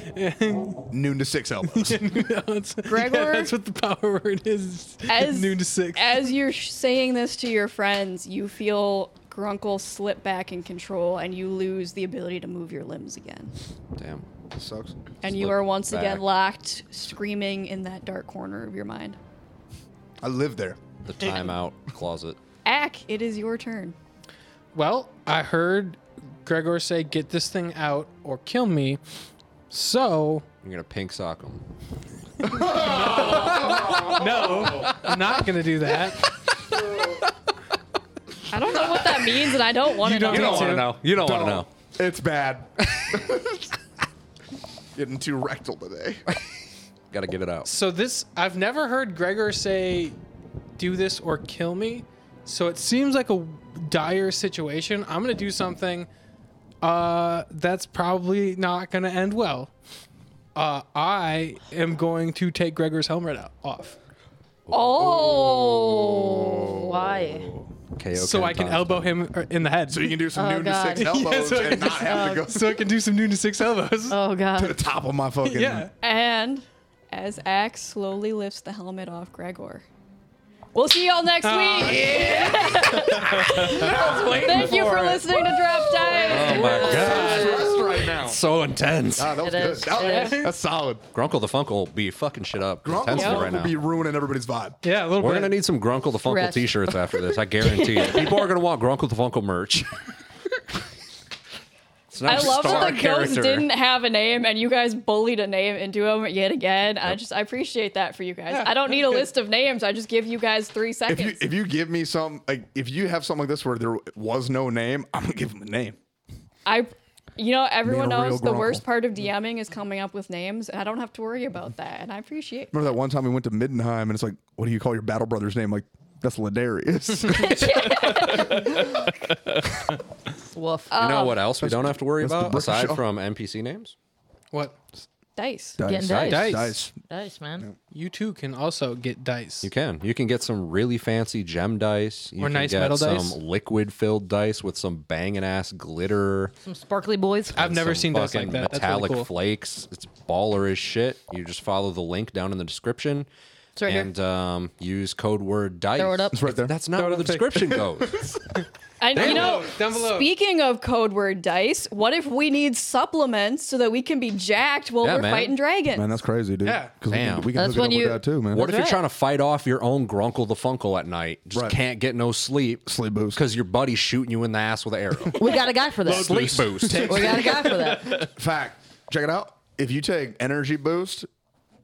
S1: Noon to six
S3: <laughs>
S1: elbows.
S3: that's,
S2: Gregor?
S3: that's what the power word is.
S2: as,
S3: <laughs> noon to six.
S2: as you're sh- saying this to your friends, you feel Grunkle slip back in control and you lose the ability to move your limbs again.
S5: Damn.
S1: sucks.
S2: And you
S5: Slip
S2: are once again
S5: back.
S2: locked, screaming in that dark corner of your mind.
S1: I live there.
S5: The timeout closet.
S2: Ack, it is your turn.
S3: Well, I heard Gregor say, "Get this thing out or kill me." So
S5: You're gonna pink sock him.
S3: no, I'm not gonna do that.
S2: I don't know what that means, and I don't want to
S3: You don't
S2: know.
S3: know.
S5: wanna
S3: too.
S5: You don't, want to
S1: Don't.
S5: know.
S1: It's bad. <laughs> Getting too rectal today.
S5: Got to get it out.
S3: So this, I've never heard Gregor say, "Do this or kill me." So it seems like a dire situation. I'm gonna do something uh, that's probably not gonna end well. Uh, I am going to take Gregor's helmet out, off,
S2: Oh.
S4: Why?
S5: KO
S3: so I can
S5: Kentai.
S3: elbow him er, in the head,
S1: So you can do
S3: <laughs>
S1: some
S4: Oh,
S1: noon
S4: God.
S1: to six elbows
S3: Yeah, so I
S1: and not have to go
S3: so I can do some noon to six elbows.
S4: Oh
S7: To the
S4: God.
S7: top of my fucking.
S3: yeah.
S2: And as Axe slowly lifts the helmet off Gregor. We'll see y'all next week. <laughs> Thank you for listening to Drop Dive.
S5: Oh my god.
S1: stressed right now. down.
S5: so intense.
S1: Ah, that was
S4: It
S1: good.
S4: is,
S1: That-
S4: it is.
S1: That's solid.
S5: Grunkle the Funkle be fucking shit up
S7: Grunkle
S5: intensely right
S7: will
S5: now.
S7: be ruining everybody's vibe.
S3: Yeah, a little
S5: We're
S3: bit.
S5: gonna need some Grunkle the Funkle
S4: Rest.
S5: t-shirts after this. I guarantee it. People are gonna want Grunkle the Funkle merch. <laughs> It's not
S2: I
S5: just
S2: love
S5: star
S2: that the ghost
S5: character.
S2: didn't have a name and you guys bullied a name into him yet again. I just I appreciate that for you guys. I don't need a list of names. I just give you guys three
S1: If you
S2: seconds.
S1: if you give me some like if you have something like this where there was no name, I'm gonna give him a name.
S2: I you know, everyone
S1: Being a real
S2: knows the
S1: grunkle.
S2: worst part of DMing is coming up with names, and I don't have to worry about that. And I appreciate
S1: Remember that one time we went to Middenheim and it's like, what do you call your battle brother's name? Like that's
S3: <laughs>
S1: Ladarius.
S4: Woof.
S5: You
S3: Um,
S5: know what else we don't have to worry
S1: that's the
S5: about
S1: British
S5: aside
S1: show.
S5: from NPC names?
S3: what?
S2: dice.
S4: Getting
S7: dice.
S4: dice.
S3: Dice.
S7: Dice.
S4: Dice, man.
S3: You too can also get dice.
S5: You can. You can get some really fancy gem dice. You
S3: Or
S5: can
S3: nice
S5: get
S3: metal
S5: some
S3: dice.
S5: liquid filled dice with some banging ass glitter.
S4: Some sparkly boys.
S3: I've never
S5: some
S3: seen dice like
S5: fucking
S3: that. That's really
S5: Metallic
S3: cool.
S5: flakes. It's baller as shit. You just follow the link down in the description.
S4: It's right here.
S5: and um, use code word dice.
S4: Throw it up. It's
S7: right there.
S5: That's not
S3: Throw it
S5: where the
S3: up there.
S5: description goes.
S2: And you know,
S3: Down below.
S2: speaking of code word dice, what if we need supplements so that we can be jacked while
S5: Yeah,
S2: we're
S5: man.
S2: fighting dragons?
S7: Man, that's crazy, dude.
S3: Yeah.
S7: 'Cause we
S5: Damn.
S7: can, we can hook
S4: That's
S7: it
S4: when
S7: up
S4: you-
S7: with that too, man.
S5: what if you're
S4: right.
S5: trying to fight off your own Grunkle the Funkle at night? Just
S7: Right.
S5: can't get no sleep.
S7: Sleep boost.
S5: Because your buddy's shooting you in the ass with an arrow.
S4: We got a guy for that.
S5: sleep boost.
S4: We got a guy for <laughs> that.
S7: fact?
S1: Check it out. If you take energy boost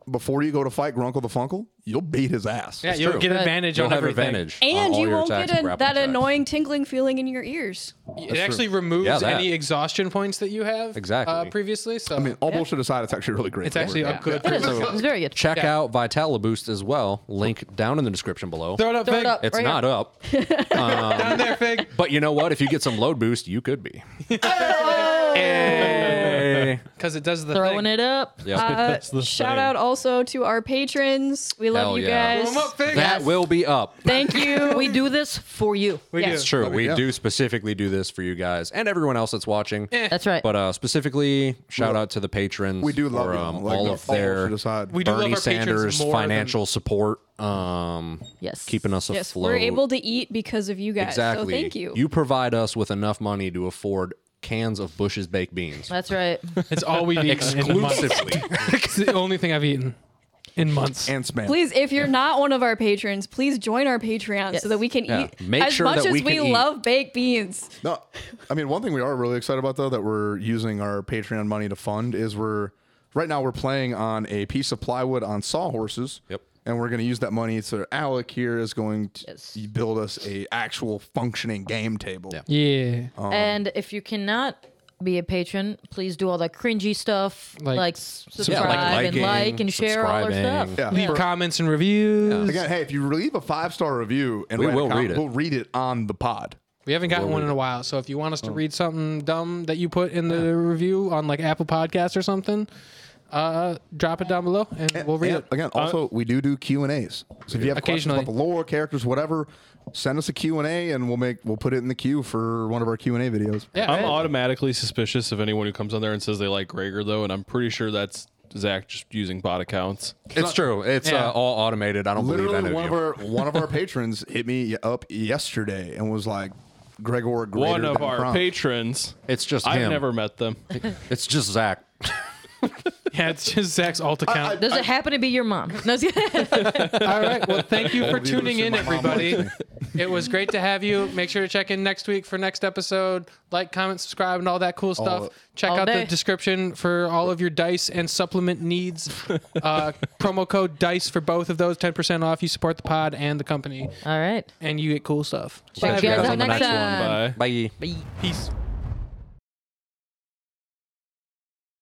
S1: before you go to fight Grunkle the Funkle, you'll beat his ass.
S3: yeah, you'll
S5: true.
S3: get
S5: Right.
S3: advantage
S5: You'll
S3: on
S5: have
S3: everything.
S5: advantage. on
S2: and
S5: all
S2: you
S5: your
S2: won't
S5: attacks
S2: get
S5: and
S2: a,
S5: grappling
S2: that
S5: attacks.
S2: annoying tingling feeling in your ears. Uh,
S3: It actually removes
S5: Yeah, that.
S3: any exhaustion points that you have
S5: Exactly.
S3: uh, previously. So
S7: I mean, all bullshit aside, it's actually really great.
S3: it's actually a good.
S4: It is. It's very good.
S5: Check
S3: Yeah.
S5: out Vitala Boost as well. Link down in the description below.
S3: Throw it up,
S4: Throw
S3: Fig.
S4: it up.
S5: It's
S4: right
S5: not
S4: here.
S5: up.
S3: Down there, Fig.
S5: But you know what? If you get some load boost, you could be.
S3: Because it does the
S4: Throwing
S3: thing.
S4: it up.
S5: Yep.
S2: Uh,
S6: the
S2: shout
S6: thing.
S2: out also to our patrons. We love
S5: Hell
S2: you
S5: yeah.
S2: guys.
S3: Throw 'em up, Fig.
S5: that will be up.
S2: Thank you.
S4: <laughs> We do this for you.
S3: We
S2: Yeah.
S3: do.
S5: It's true. We
S7: yeah.
S5: do specifically do this for you guys and everyone else that's watching.
S4: Eh. That's right.
S5: But uh, specifically, shout out to the patrons.
S7: We do love
S5: for,
S7: you,
S5: um,
S7: like,
S5: all
S7: no-
S5: of
S7: all
S5: their
S7: bullshit aside.
S3: We do love
S5: Bernie
S3: our patrons
S5: Sanders
S3: more than-
S5: financial support. Um,
S4: Yes.
S5: keeping us afloat.
S2: yes, we're able to eat because of you guys.
S5: exactly.
S2: So thank you.
S5: You provide us with enough money to afford cans of Bush's baked beans
S4: That's <laughs> right.
S3: It's all we've eaten.
S5: exclusively.
S3: <laughs> It's the only thing I've eaten in months.
S7: and spam.
S2: Please, if you're not one of our patrons, please join our Patreon
S4: Yes.
S2: so that we can
S5: Yeah.
S2: eat
S5: Make
S2: as
S5: sure
S2: much
S5: that
S2: as
S5: we
S2: we,
S5: can eat.
S2: love baked beans.
S7: No, I mean one thing we are really excited about though that we're using our Patreon money to fund is we're right now we're playing on a piece of plywood on sawhorses.
S5: Yep.
S7: And we're going to use that money. So Alec here is going to
S4: Yes.
S7: build us a actual functioning game table.
S5: Yeah.
S3: Yeah.
S4: and if you cannot be a patron, please do all that cringy stuff,
S3: Like-
S4: like, s- subscribe and like and share all our stuff.
S5: subscribing.
S7: Yeah.
S3: Leave comments and reviews.
S7: Again, hey, if you leave a five star review and
S5: We
S7: write a
S5: will read it.
S7: we'll read it on the pod.
S3: We haven't gotten one in a while, so if you want us to read something dumb that you put in the review on like Apple Podcasts or something, uh, drop it down below and we'll read
S7: And
S3: it. Uh,
S7: again. Also, we do do Q and A's. So if you have questions
S3: Occasionally.
S7: about the lore, characters, whatever, send us a Q and A, and we'll make we'll put it in the queue for one of our Q and A videos.
S3: Yeah,
S6: I'm
S3: right.
S6: automatically suspicious of anyone who comes on there and says they like Gregor, though, and I'm pretty sure that's Zach just using bot accounts.
S5: It's true. It's
S3: Yeah.
S5: uh, all automated. I don't believe
S7: literally
S5: any
S7: one
S5: of
S7: of
S5: you.
S7: our one of our patrons hit me up yesterday and was like, "Gregor, greater
S6: One of
S7: than
S6: our
S7: Kronk."
S6: patrons.
S5: It's just
S6: I've
S5: him.
S6: never met them.
S5: It's just Zach.
S3: yeah, it's just Zach's alt account.
S4: Does it happen to be your mom? <laughs>
S3: <laughs>
S4: No,
S3: All right. Well, thank you
S7: Believe it
S3: for
S7: or
S3: tuning
S7: not,
S3: in,
S7: my mom
S3: everybody.
S7: likes
S3: It was great to have you. Make sure to check in next week for next episode. Like, comment, subscribe, and all that cool stuff.
S7: of it.
S3: Check
S4: All
S3: out the
S4: day.
S3: description for all of your dice and supplement needs. Uh, promo code DICE for both of those 10% off. You support the pod and the company,
S4: all right.
S3: and you get cool stuff.
S4: Check
S5: you
S4: you guys
S5: guys on
S4: out
S5: the
S4: next
S5: next
S6: One
S4: time.
S6: bye.
S5: Bye.
S3: Peace.